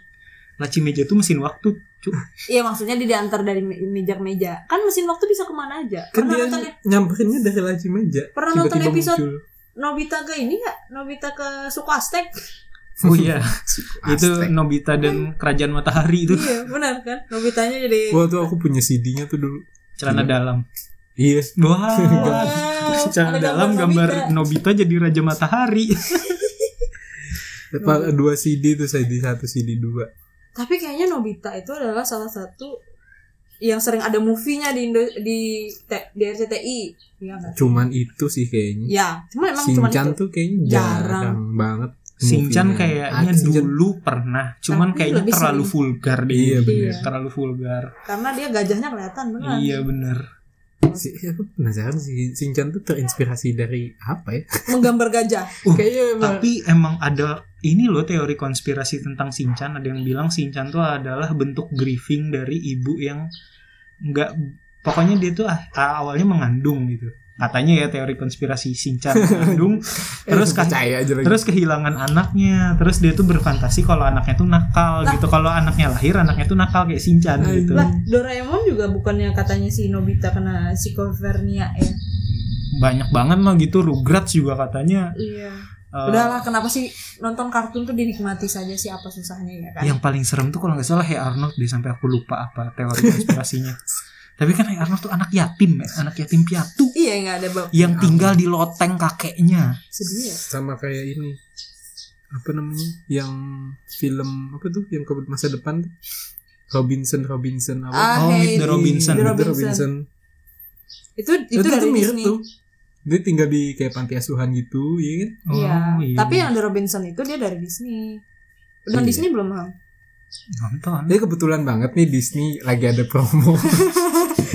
[SPEAKER 1] laci meja tuh mesin waktu
[SPEAKER 3] [LAUGHS]
[SPEAKER 1] cu-
[SPEAKER 3] iya maksudnya dia diantar dari me- meja ke meja kan mesin waktu bisa kemana aja
[SPEAKER 2] Kan
[SPEAKER 3] pernah
[SPEAKER 2] dia
[SPEAKER 3] nonton e- ya?
[SPEAKER 2] nyamperinnya dari Laci Meja.
[SPEAKER 3] Pernah nonton
[SPEAKER 2] Tiba-tiba
[SPEAKER 3] episode-
[SPEAKER 2] muncul.
[SPEAKER 3] Nobita ke ini nggak Nobita ke suku Aztek
[SPEAKER 1] oh iya itu
[SPEAKER 2] Aztek.
[SPEAKER 1] Nobita dan Kerajaan Matahari itu
[SPEAKER 3] iya benar kan Nobitanya jadi
[SPEAKER 2] Wah tuh aku punya CD-nya tuh dulu.
[SPEAKER 1] celana dalam
[SPEAKER 2] Iya.
[SPEAKER 1] wah
[SPEAKER 3] Wow,
[SPEAKER 1] celana
[SPEAKER 3] ada
[SPEAKER 1] dalam gambar Nobita jadi Raja Matahari
[SPEAKER 2] Dapat Dua CD tuh CD satu CD dua.
[SPEAKER 3] Tapi kayaknya Nobita itu adalah salah satu yang sering ada movie-nya di Indo di te- di RCTI. Iya nggak?
[SPEAKER 2] Cuman itu sih kayaknya.
[SPEAKER 3] Ya, cuma emang cuma
[SPEAKER 2] Sinchan
[SPEAKER 3] itu.
[SPEAKER 2] tuh kayaknya
[SPEAKER 3] Jarang.
[SPEAKER 2] jarang, banget.
[SPEAKER 1] Sinchan
[SPEAKER 2] movie-nya.
[SPEAKER 1] kayaknya
[SPEAKER 2] Ah, Shinchan-
[SPEAKER 1] dulu pernah, cuman
[SPEAKER 3] Tapi
[SPEAKER 1] kayaknya
[SPEAKER 3] lebih
[SPEAKER 1] terlalu
[SPEAKER 3] sering.
[SPEAKER 1] vulgar deh.
[SPEAKER 2] Iya bener.
[SPEAKER 3] Iya.
[SPEAKER 1] Terlalu vulgar.
[SPEAKER 3] Karena dia gajahnya kelihatan benar.
[SPEAKER 1] Iya bener.
[SPEAKER 2] Si, ya, aku penasaran sih Sinchan tuh terinspirasi dari apa ya?
[SPEAKER 3] Menggambar gajah.
[SPEAKER 1] Uh,
[SPEAKER 2] [LAUGHS] kayaknya emang
[SPEAKER 1] Tapi emang ada ini loh teori konspirasi tentang Sinchan. Ada yang bilang Sinchan tuh adalah bentuk grieving dari ibu yang nggak, pokoknya dia tuh ah- awalnya mengandung gitu. Katanya ya teori konspirasi Sinchan mengandung, terus
[SPEAKER 2] Eh,
[SPEAKER 1] kan
[SPEAKER 2] percaya aja lagi.
[SPEAKER 1] terus kehilangan anaknya terus dia tuh berfantasi kalau anaknya tuh nakal
[SPEAKER 3] Lah.
[SPEAKER 1] gitu kalau anaknya lahir anaknya tuh nakal kayak Sinchan
[SPEAKER 2] Aduh.
[SPEAKER 1] gitu
[SPEAKER 3] Lah, Doraemon juga bukannya katanya si Nobita kena psikovernia ya.
[SPEAKER 1] banyak banget mah gitu Rugrats juga katanya
[SPEAKER 3] Iya.
[SPEAKER 1] eh,
[SPEAKER 3] Udahlah, kenapa sih nonton kartun tuh dinikmati saja sih apa susahnya ya kan?
[SPEAKER 1] yang paling serem tuh kalau nggak salah Hey Arnold deh sampai aku lupa apa teori konspirasinya tapi kan Hey Arnold tuh anak yatim ya anak yatim piatu
[SPEAKER 3] Iya nggak ada bab
[SPEAKER 1] yang tinggal di loteng kakeknya
[SPEAKER 3] sedih ya.
[SPEAKER 2] sama kayak ini apa namanya yang film apa tuh yang ke masa depan tuh Robinson Robinson apa?
[SPEAKER 3] Ah,
[SPEAKER 1] Oh, Meet the
[SPEAKER 3] Heidi.
[SPEAKER 1] Robinson.
[SPEAKER 3] The
[SPEAKER 2] Meet the
[SPEAKER 3] Robinson. Itu
[SPEAKER 2] Itu,
[SPEAKER 3] itu,
[SPEAKER 2] itu,
[SPEAKER 3] dari
[SPEAKER 2] mirip
[SPEAKER 3] Disney.
[SPEAKER 2] tuh. Dia tinggal di kayak panti asuhan gitu, ya kan?
[SPEAKER 3] Iya.
[SPEAKER 1] Oh, iya.
[SPEAKER 3] Tapi yang The Robinson itu dia dari Disney. Nonton
[SPEAKER 2] Iya.
[SPEAKER 3] Disney belum Hang?
[SPEAKER 1] nonton.
[SPEAKER 2] Jadi kebetulan banget nih Disney lagi ada
[SPEAKER 3] [LAUGHS]
[SPEAKER 2] promo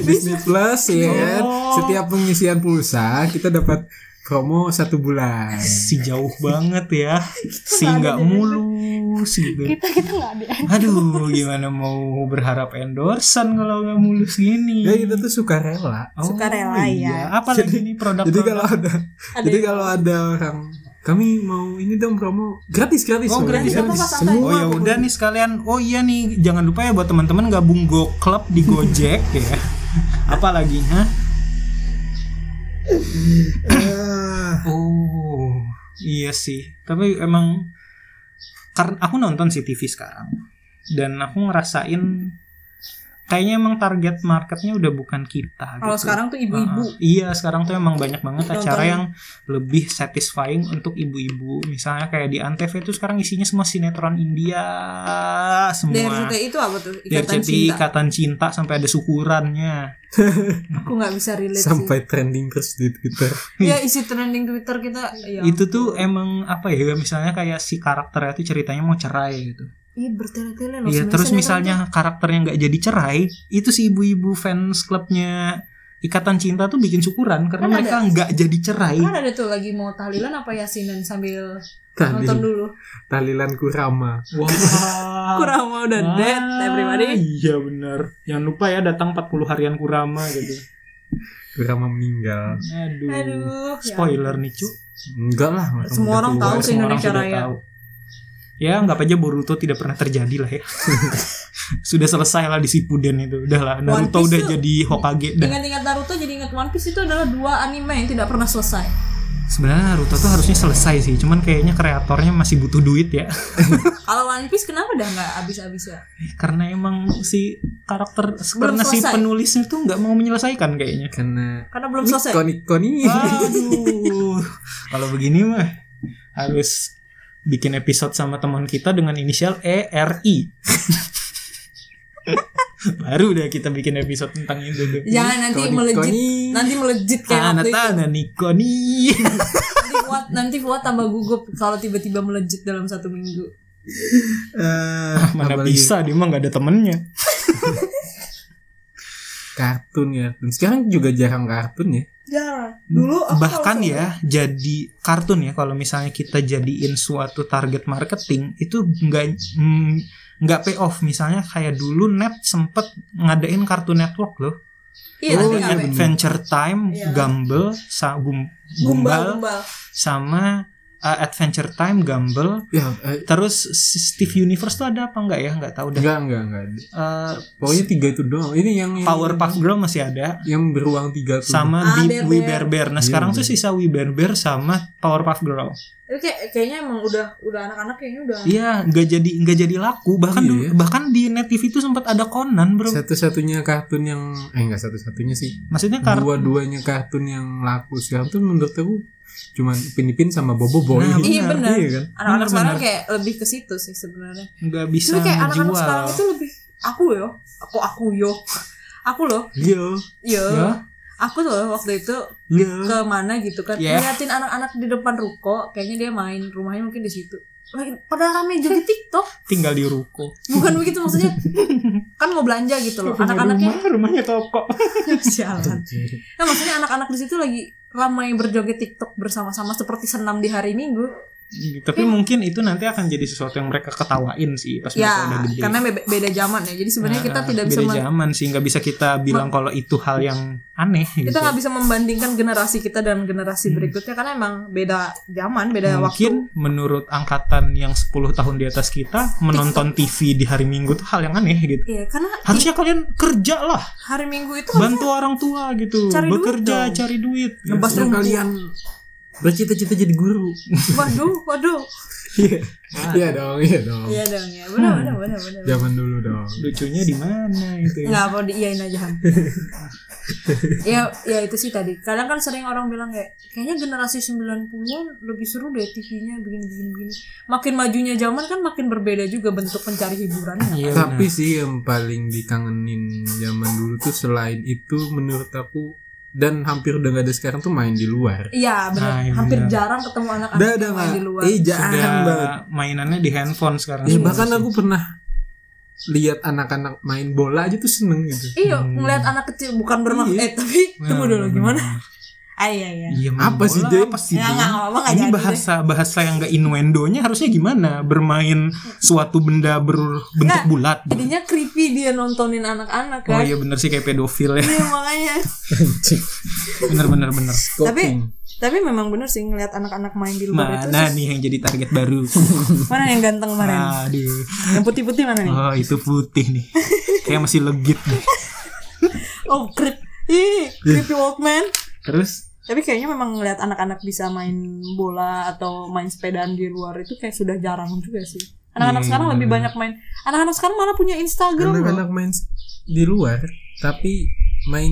[SPEAKER 2] Disney Plus ya kan.
[SPEAKER 1] Oh.
[SPEAKER 2] Setiap pengisian pulsa kita dapat promo satu bulan.
[SPEAKER 1] Si jauh banget ya. [LAUGHS] Si
[SPEAKER 3] nggak
[SPEAKER 1] nggak
[SPEAKER 3] ada di-
[SPEAKER 1] mulus gitu.
[SPEAKER 4] kita kita nggak ada
[SPEAKER 1] Aduh, gimana mau berharap endorsean kalau nggak mulus gini?
[SPEAKER 2] Ya kita tuh suka rela.
[SPEAKER 1] Oh,
[SPEAKER 3] Sukarela, ya.
[SPEAKER 1] Apalagi
[SPEAKER 2] Jadi-
[SPEAKER 1] nih produk
[SPEAKER 2] Jadi kalau ada,
[SPEAKER 3] Ada
[SPEAKER 2] jadi
[SPEAKER 3] yang-
[SPEAKER 2] kalau ada orang kami mau ini dong promo gratis gratis.
[SPEAKER 1] Oh,
[SPEAKER 2] Bang.
[SPEAKER 1] gratis,
[SPEAKER 3] apa-apa, santai.
[SPEAKER 2] Semua
[SPEAKER 1] Oh ya udah nih sekalian. Oh iya nih, jangan lupa ya buat teman-teman gabung Go Club di Gojek ya. Apalagi ha?
[SPEAKER 2] Ah,
[SPEAKER 1] Oh, iya sih. Tapi emang karena aku nonton sih TV sekarang dan aku ngerasain kayaknya emang target marketnya udah bukan kita. gitu.
[SPEAKER 3] kalau sekarang tuh ibu-ibu.
[SPEAKER 1] Uh, iya, sekarang tuh emang banyak banget
[SPEAKER 3] Nonton.
[SPEAKER 1] acara yang lebih satisfying untuk ibu-ibu. Misalnya kayak di Antv itu sekarang isinya semua sinetron India semua. kan
[SPEAKER 3] DRCTI itu apa tuh? ya, Ikatan
[SPEAKER 1] DRCTI,
[SPEAKER 3] cinta.
[SPEAKER 1] ikatan cinta sampai ada syukurannya.
[SPEAKER 3] Aku nggak bisa relate
[SPEAKER 2] sampai trending terus di Twitter.
[SPEAKER 3] sih. Ya isi trending Twitter kita. Ya.
[SPEAKER 1] Itu tuh emang apa ya? Misalnya kayak si karakternya tuh ceritanya mau cerai gitu.
[SPEAKER 3] Iya bertele-tele loh.
[SPEAKER 1] Iya,
[SPEAKER 3] sebenarnya
[SPEAKER 1] terus
[SPEAKER 3] sinetron
[SPEAKER 1] misalnya karakternya nggak jadi cerai, itu si ibu-ibu fans klubnya Ikatan Cinta tuh bikin syukuran karena
[SPEAKER 3] Kan ada.
[SPEAKER 1] mereka nggak jadi cerai.
[SPEAKER 3] tuh. Kan ada tuh lagi mau tahlilan apa yasinan sambil nonton
[SPEAKER 2] Tahlil,
[SPEAKER 3] dulu.
[SPEAKER 2] tahlilan kurama.
[SPEAKER 3] [LAUGHS]
[SPEAKER 1] Wah.
[SPEAKER 3] Kurama udah
[SPEAKER 1] Ah,
[SPEAKER 3] dead everybody.
[SPEAKER 1] Iya benar. Jangan lupa ya datang 40 harian Kurama gitu.
[SPEAKER 2] Kurama meninggal.
[SPEAKER 1] Aduh.
[SPEAKER 3] Aduh. ya.
[SPEAKER 1] Spoiler nih, Cu.
[SPEAKER 2] Enggak lah.
[SPEAKER 3] Semua orang
[SPEAKER 2] udah
[SPEAKER 1] Semua
[SPEAKER 3] tahu
[SPEAKER 2] keluar.
[SPEAKER 3] sih Indonesia
[SPEAKER 1] sudah
[SPEAKER 3] Raya.
[SPEAKER 1] tahu. Ya, nggak aja Boruto tidak pernah terjadi lah
[SPEAKER 3] [LAUGHS]
[SPEAKER 1] ya. sudah selesai lah di Shippuden itu. Udahlah,
[SPEAKER 3] One
[SPEAKER 1] Naruto
[SPEAKER 3] Piece
[SPEAKER 1] udah
[SPEAKER 3] tuh-
[SPEAKER 1] jadi Hokage dah.
[SPEAKER 3] Ingat-ingat Naruto jadi ingat One Piece itu adalah dua anime yang tidak pernah selesai.
[SPEAKER 1] Sebenarnya Naruto tuh harusnya selesai sih, cuman kayaknya kreatornya masih butuh duit ya.
[SPEAKER 3] Kalau One Piece kenapa dah nggak habis-habis ya?
[SPEAKER 1] karena emang si karakter karena si
[SPEAKER 3] selesai.
[SPEAKER 1] penulisnya tuh nggak mau menyelesaikan kayaknya.
[SPEAKER 2] Karena
[SPEAKER 3] Karena belum selesai. Oh,
[SPEAKER 2] Koni koni.
[SPEAKER 1] Aduh. Kalau begini mah harus bikin episode sama teman kita dengan inisial E, ERI. Baru udah kita bikin episode tentang itu. tuh.
[SPEAKER 3] Jangan nanti
[SPEAKER 2] Koni-
[SPEAKER 3] melejit.
[SPEAKER 2] koni.
[SPEAKER 3] Nanti melejit
[SPEAKER 1] Ah,
[SPEAKER 3] Ya, kayak waktu itu.
[SPEAKER 1] Anatana Niko nih.
[SPEAKER 3] Nanti Fuad, nanti Fuad tambah gugup kalau tiba-tiba melejit dalam satu minggu.
[SPEAKER 2] Eh,
[SPEAKER 1] Mana
[SPEAKER 2] apalagi
[SPEAKER 1] bisa dia mah nggak ada temennya.
[SPEAKER 2] kartun ya. Sekarang juga jarang kartun ya.
[SPEAKER 3] Jarang. Dulu aku
[SPEAKER 1] bahkan
[SPEAKER 3] kalau-
[SPEAKER 1] ya jadi kartun ya kalau misalnya kita jadiin suatu target marketing itu nggak mm, nggak pay off misalnya kayak dulu net sempet ngadain kartun network loh
[SPEAKER 3] Iya,
[SPEAKER 2] Oh, iya,
[SPEAKER 3] tapi nggak apa-apa.
[SPEAKER 2] bener.
[SPEAKER 1] Adventure Time,
[SPEAKER 3] Iya.
[SPEAKER 1] Gumbel, sa Gum-
[SPEAKER 3] Gumbal,
[SPEAKER 1] Gumbal,
[SPEAKER 3] gumbal.
[SPEAKER 1] sama uh, Adventure Time, Gumbel,
[SPEAKER 2] Ya, eh,
[SPEAKER 1] terus
[SPEAKER 2] Hmm.
[SPEAKER 1] Steve Universe tuh ada apa nggak ya nggak tahu deh.
[SPEAKER 2] enggak enggak enggak.
[SPEAKER 1] Uh,
[SPEAKER 3] Iya.
[SPEAKER 2] Pokoknya tiga itu doang. Ini yang yang-
[SPEAKER 1] Powerpuff Girl masih ada,
[SPEAKER 2] yang beruang tiga tuh.
[SPEAKER 1] sama
[SPEAKER 3] Ah,
[SPEAKER 1] Deep
[SPEAKER 3] Bear
[SPEAKER 1] We
[SPEAKER 3] Bear.
[SPEAKER 1] Bear Bear. Nah
[SPEAKER 2] Iya,
[SPEAKER 1] sekarang tuh
[SPEAKER 2] bener.
[SPEAKER 1] sisa We Bear Bear sama Powerpuff Girl.
[SPEAKER 3] Tapi kayak, kayaknya emang udah udah anak-anak kayaknya udah.
[SPEAKER 1] Iya, nggak jadi nggak jadi laku. Bahkan
[SPEAKER 2] Iya.
[SPEAKER 1] dulu- bahkan di net TV itu sempat ada Conan, bro.
[SPEAKER 2] Satu-satunya kartun yang eh enggak satu-satunya sih.
[SPEAKER 1] Maksudnya karena
[SPEAKER 2] Dua-duanya kartun yang laku sekarang tuh menurut aku cuman Pinipin sama Bobo Boy.
[SPEAKER 1] Nah,
[SPEAKER 2] [LAUGHS]
[SPEAKER 3] Iya benar.
[SPEAKER 2] Iya kan?
[SPEAKER 3] Anak-anak
[SPEAKER 1] Bener,
[SPEAKER 3] sekarang
[SPEAKER 1] bener.
[SPEAKER 3] kayak lebih ke situ sih sebenarnya.
[SPEAKER 1] nggak bisa
[SPEAKER 3] Tapi kayak anak-anak
[SPEAKER 1] ngejual.
[SPEAKER 3] sekarang itu lebih aku yo, aku aku yo, [LAUGHS] aku loh,
[SPEAKER 2] Iya.
[SPEAKER 3] yo,
[SPEAKER 1] Ya,
[SPEAKER 3] aku loh waktu itu
[SPEAKER 2] Iya.
[SPEAKER 3] ke mana gitu kan,
[SPEAKER 1] Yeah.
[SPEAKER 3] ngeliatin anak-anak di depan ruko, kayaknya dia main rumahnya mungkin di situ. Lagi- Padahal rame juga di TikTok,
[SPEAKER 1] tinggal di ruko.
[SPEAKER 3] bukan begitu
[SPEAKER 1] [LAUGHS]
[SPEAKER 3] maksudnya? Kan mau belanja gitu loh, anak-anaknya
[SPEAKER 1] rumahnya toko.
[SPEAKER 3] [LAUGHS] sialan. Nah, maksudnya anak-anak di situ lagi ramai berjoget TikTok bersama-sama seperti senam di hari Minggu.
[SPEAKER 1] [LAUGHS] Tapi mungkin itu nanti akan jadi sesuatu yang mereka ketawain sih pas mereka udah
[SPEAKER 3] Ya,
[SPEAKER 1] gede.
[SPEAKER 3] karena be- beda zaman ya. Jadi sebenarnya kita
[SPEAKER 1] Nah,
[SPEAKER 3] tidak bisa
[SPEAKER 1] beda
[SPEAKER 3] men-
[SPEAKER 1] zaman sih nggak bisa kita bilang kalau itu hal yang aneh gitu.
[SPEAKER 3] kita nggak bisa membandingkan generasi kita dan generasi berikutnya karena emang beda zaman, beda
[SPEAKER 1] Hmm. Mungkin
[SPEAKER 3] waktu.
[SPEAKER 1] menurut angkatan yang 10 tahun di atas kita menonton TV di hari Minggu tuh hal yang aneh gitu.
[SPEAKER 3] Iya, karena
[SPEAKER 1] Harusnya kalian kerja lah.
[SPEAKER 3] hari Minggu itu
[SPEAKER 1] bantu orang tua gitu
[SPEAKER 3] Cari duit
[SPEAKER 1] bekerja
[SPEAKER 3] dong.
[SPEAKER 1] cari duit gitu.
[SPEAKER 3] Ngebas
[SPEAKER 2] Suruh
[SPEAKER 3] dong.
[SPEAKER 2] kalian bercita-cita jadi guru.
[SPEAKER 3] [LAUGHS] waduh, waduh.
[SPEAKER 2] Iya. Iya dong, iya dong.
[SPEAKER 3] Nah. Iya dong ya. Benar, benar, benar, benar.
[SPEAKER 2] Zaman dulu dong.
[SPEAKER 1] lucunya di mana itu ya? [LAUGHS]
[SPEAKER 3] Enggak mau diiyain aja. Han. ya ya itu sih tadi kadang kan sering orang bilang kayak kayaknya generasi 90-an lebih seru deh TV-nya begini begini begini makin majunya zaman kan makin berbeda juga bentuk pencari hiburannya
[SPEAKER 1] Iya,
[SPEAKER 2] Tapi sih yang paling dikangenin zaman dulu tuh selain itu menurut aku dan hampir udah gak ada sekarang tuh main di luar.
[SPEAKER 3] iya benar
[SPEAKER 1] Nah, iya
[SPEAKER 3] hampir
[SPEAKER 1] benar.
[SPEAKER 3] jarang ketemu anak-anak
[SPEAKER 2] Udah ada
[SPEAKER 3] yang main di luar
[SPEAKER 2] Eh jarang
[SPEAKER 1] sudah
[SPEAKER 2] banget.
[SPEAKER 1] mainannya di handphone sekarang.
[SPEAKER 2] Ya
[SPEAKER 3] Iya,
[SPEAKER 1] semua
[SPEAKER 2] bahkan
[SPEAKER 1] sih.
[SPEAKER 2] aku pernah lihat anak-anak main bola aja tuh seneng gitu.
[SPEAKER 3] iya
[SPEAKER 1] hmm.
[SPEAKER 3] ngeliat anak kecil bukan bermain
[SPEAKER 2] Iya.
[SPEAKER 3] eh tapi
[SPEAKER 1] Nah,
[SPEAKER 3] tunggu dulu gimana ah iya iya
[SPEAKER 1] Iya, main
[SPEAKER 2] Apa sih
[SPEAKER 1] bola,
[SPEAKER 2] dia?
[SPEAKER 1] Apa sih
[SPEAKER 3] Ya, nggak
[SPEAKER 1] dia?
[SPEAKER 3] apa-apa nggak
[SPEAKER 1] Ini
[SPEAKER 3] jadi deh.
[SPEAKER 1] bahasa bahasa yang gak innuendonya harusnya gimana? Bermain suatu benda berbentuk
[SPEAKER 3] Nggak.
[SPEAKER 1] bulat.
[SPEAKER 3] jadinya creepy dia nontonin anak-anak
[SPEAKER 1] Oh
[SPEAKER 3] kan
[SPEAKER 1] iya bener sih kayak pedofil ya. [LAUGHS]
[SPEAKER 3] Iya, makanya
[SPEAKER 1] Bener bener bener.
[SPEAKER 3] tapi tapi memang bener sih ngeliat anak-anak main di luar itu
[SPEAKER 1] Mana nih yang jadi target
[SPEAKER 3] [LAUGHS]
[SPEAKER 1] baru?
[SPEAKER 3] mana yang ganteng kemarin
[SPEAKER 1] Aduh.
[SPEAKER 3] yang putih-putih mana nih
[SPEAKER 1] Oh itu putih nih. Kayak masih legit [LAUGHS] nih.
[SPEAKER 3] oh creep Ih, creepy walkman
[SPEAKER 1] Terus
[SPEAKER 3] tapi kayaknya memang ngeliat anak-anak bisa main bola atau main sepedaan di luar itu kayak sudah jarang juga sih anak-anak
[SPEAKER 1] Iya,
[SPEAKER 3] sekarang
[SPEAKER 1] iya,
[SPEAKER 3] lebih
[SPEAKER 1] bener.
[SPEAKER 3] banyak main anak-anak sekarang malah punya Instagram loh.
[SPEAKER 2] anak-anak main s- di luar tapi main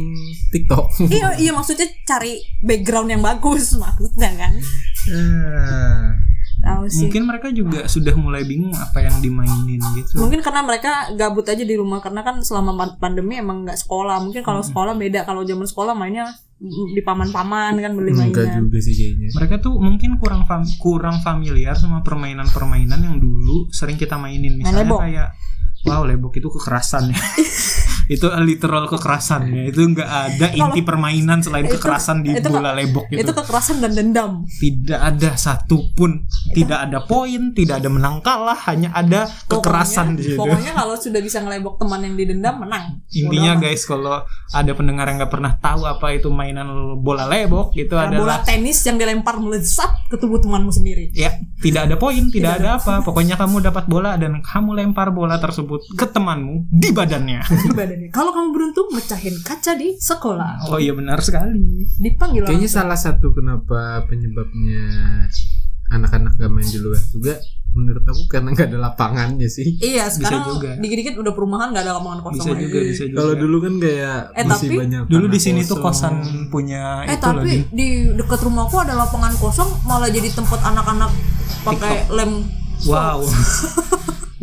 [SPEAKER 2] TikTok.
[SPEAKER 3] iya iya maksudnya cari background yang bagus [LAUGHS] maksudnya kan
[SPEAKER 2] Ah.
[SPEAKER 3] tahu sih
[SPEAKER 1] mungkin mereka juga sudah mulai bingung apa yang dimainin gitu.
[SPEAKER 3] Mungkin karena mereka gabut aja di rumah karena kan selama pan- pandemi emang nggak sekolah. Mungkin kalau
[SPEAKER 1] Hmm.
[SPEAKER 3] sekolah beda. Kalau zaman sekolah mainnya mm, di paman-paman kan
[SPEAKER 1] Hmm,
[SPEAKER 3] beli
[SPEAKER 2] [LAUGHS] Enggak
[SPEAKER 3] mainnya.
[SPEAKER 2] juga sih kayaknya.
[SPEAKER 1] Mereka tuh mungkin kurang fam- kurang familiar sama permainan-permainan yang dulu sering kita mainin.
[SPEAKER 3] Main
[SPEAKER 1] Misalnya
[SPEAKER 3] lebok.
[SPEAKER 1] kayak wow lebok itu kekerasan
[SPEAKER 3] [LAUGHS]
[SPEAKER 1] ya. itu literal kekerasan ya. Itu nggak ada inti permainan selain
[SPEAKER 3] Itu-
[SPEAKER 1] kekerasan di
[SPEAKER 3] itu-
[SPEAKER 1] bola lebok gitu.
[SPEAKER 3] Itu kekerasan dan dendam.
[SPEAKER 1] tidak ada satupun, tidak ada poin, tidak ada menang kalah, hanya ada kekerasan
[SPEAKER 3] pokoknya,
[SPEAKER 1] di situ.
[SPEAKER 3] Pokoknya kalau sudah bisa ngelebok teman yang didendam menang.
[SPEAKER 1] Intinya
[SPEAKER 3] Udah,
[SPEAKER 1] guys kalau ada pendengar yang nggak pernah tahu apa itu mainan bola lebok itu
[SPEAKER 3] Karena bola
[SPEAKER 1] adalah
[SPEAKER 3] tenis yang dilempar melesat ke tubuh temanmu sendiri.
[SPEAKER 1] ya tidak ada poin, tidak ada apa. Pokoknya kamu dapat bola dan kamu lempar bola tersebut ke temanmu di badannya.
[SPEAKER 3] Di badannya. Kalau kamu beruntung mecahin kaca di sekolah.
[SPEAKER 1] Oh iya benar sekali.
[SPEAKER 3] Dipanggil orang
[SPEAKER 2] Kayaknya salah satu kenapa penyebabnya anak-anak gak main di luar juga menurut aku karena nggak ada lapangannya sih.
[SPEAKER 3] Iya,
[SPEAKER 1] Bisa
[SPEAKER 3] sekarang
[SPEAKER 1] juga.
[SPEAKER 3] dikit-dikit udah perumahan nggak ada lapangan kosong
[SPEAKER 1] Bisa
[SPEAKER 3] lagi.
[SPEAKER 1] juga, bisa juga.
[SPEAKER 2] Kalau dulu kan kayak
[SPEAKER 3] Eh,
[SPEAKER 2] masih
[SPEAKER 3] tapi-
[SPEAKER 2] banyak
[SPEAKER 1] dulu
[SPEAKER 2] tanah
[SPEAKER 1] di sini tuh
[SPEAKER 2] kosong.
[SPEAKER 1] kosan punya
[SPEAKER 3] Eh
[SPEAKER 1] itu lagi.
[SPEAKER 3] tapi di dekat rumahku ada lapangan kosong malah jadi tempat anak-anak pakai lem. [LAUGHS]
[SPEAKER 1] Wow. wow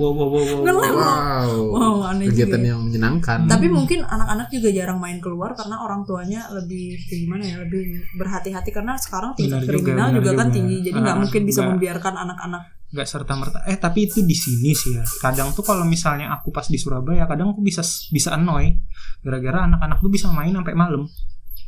[SPEAKER 1] wow wow wow. wow.
[SPEAKER 3] Ngelem loh.
[SPEAKER 2] Wow,
[SPEAKER 3] Wow, aneh
[SPEAKER 2] kegiatan
[SPEAKER 3] juga ya.
[SPEAKER 2] yang menyenangkan.
[SPEAKER 3] Tapi
[SPEAKER 1] Hmm.
[SPEAKER 3] mungkin anak-anak juga jarang main keluar karena orang tuanya lebih kayak gimana ya lebih berhati-hati karena sekarang tingkat
[SPEAKER 1] Benar juga,
[SPEAKER 3] kriminal
[SPEAKER 1] benar
[SPEAKER 3] juga, kan
[SPEAKER 1] juga.
[SPEAKER 3] tinggi jadi nggak
[SPEAKER 1] Ah,
[SPEAKER 3] mungkin bisa
[SPEAKER 1] nggak.
[SPEAKER 3] membiarkan anak-anak.
[SPEAKER 1] nggak serta merta eh tapi itu di sini sih ya kadang tuh kalau misalnya aku pas di Surabaya kadang aku bisa bisa annoy gara-gara anak-anak tuh bisa main sampai malam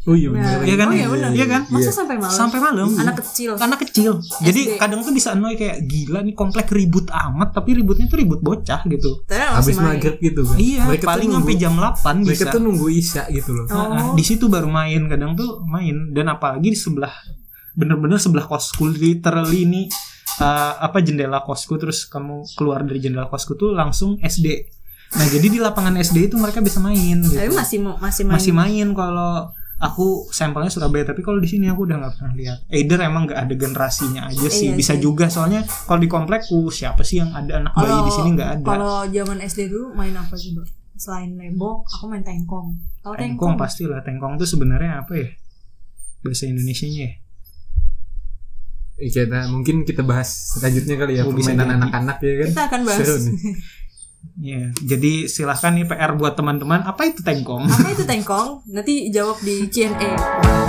[SPEAKER 2] oh iya
[SPEAKER 3] Nah,
[SPEAKER 2] benar.
[SPEAKER 1] Iya kan?
[SPEAKER 3] Oh iya benar.
[SPEAKER 1] Iya kan?
[SPEAKER 3] Masa sampai malam?
[SPEAKER 1] sampai malam
[SPEAKER 3] Anak kecil.
[SPEAKER 1] anak kecil jadi
[SPEAKER 3] SD.
[SPEAKER 1] kadang tuh bisa annoy kayak gila nih komplek ribut amat tapi ributnya tuh ribut bocah gitu
[SPEAKER 3] Ternyata masih
[SPEAKER 2] Habis
[SPEAKER 3] main.
[SPEAKER 2] maghrib gitu kan.
[SPEAKER 1] iya
[SPEAKER 2] Mereka tuh
[SPEAKER 1] paling
[SPEAKER 2] nunggu-
[SPEAKER 1] sampai jam 8
[SPEAKER 2] Mereka
[SPEAKER 1] bisa
[SPEAKER 2] tuh nunggu isya gitu loh.
[SPEAKER 3] Oh.
[SPEAKER 1] Nah, di situ baru main kadang tuh main dan apalagi di sebelah bener-bener sebelah kosku literally ini eh, apa jendela kosku terus kamu keluar dari jendela kosku tuh langsung SD nah jadi di lapangan SD itu mereka bisa main gitu.
[SPEAKER 3] Tapi masih mau- masih main.
[SPEAKER 1] masih main kalau aku sampelnya Surabaya tapi kalau di sini aku udah nggak pernah lihat either emang nggak ada generasinya aja sih
[SPEAKER 3] Iya
[SPEAKER 1] bisa
[SPEAKER 3] sih.
[SPEAKER 1] juga soalnya kalau di komplekku siapa sih yang ada anak bayi di sini nggak ada
[SPEAKER 3] Kalau zaman SD dulu main apa coba? Selain lebok, aku main tengkong. Tahu
[SPEAKER 1] tengkong pastilah tengkong tuh sebenarnya apa ya bahasa Indonesianya ya
[SPEAKER 2] Iya, Kita, mungkin kita bahas selanjutnya kali ya
[SPEAKER 1] Oh, bisa
[SPEAKER 2] permainan
[SPEAKER 1] jadi.
[SPEAKER 2] anak-anak ya kan.
[SPEAKER 3] Kita akan bahas.
[SPEAKER 2] Seru nih.
[SPEAKER 1] Ya, jadi silahkan nih PR buat teman-teman. Apa itu tengkong?
[SPEAKER 3] Apa itu tengkong? Nanti jawab di Q&A.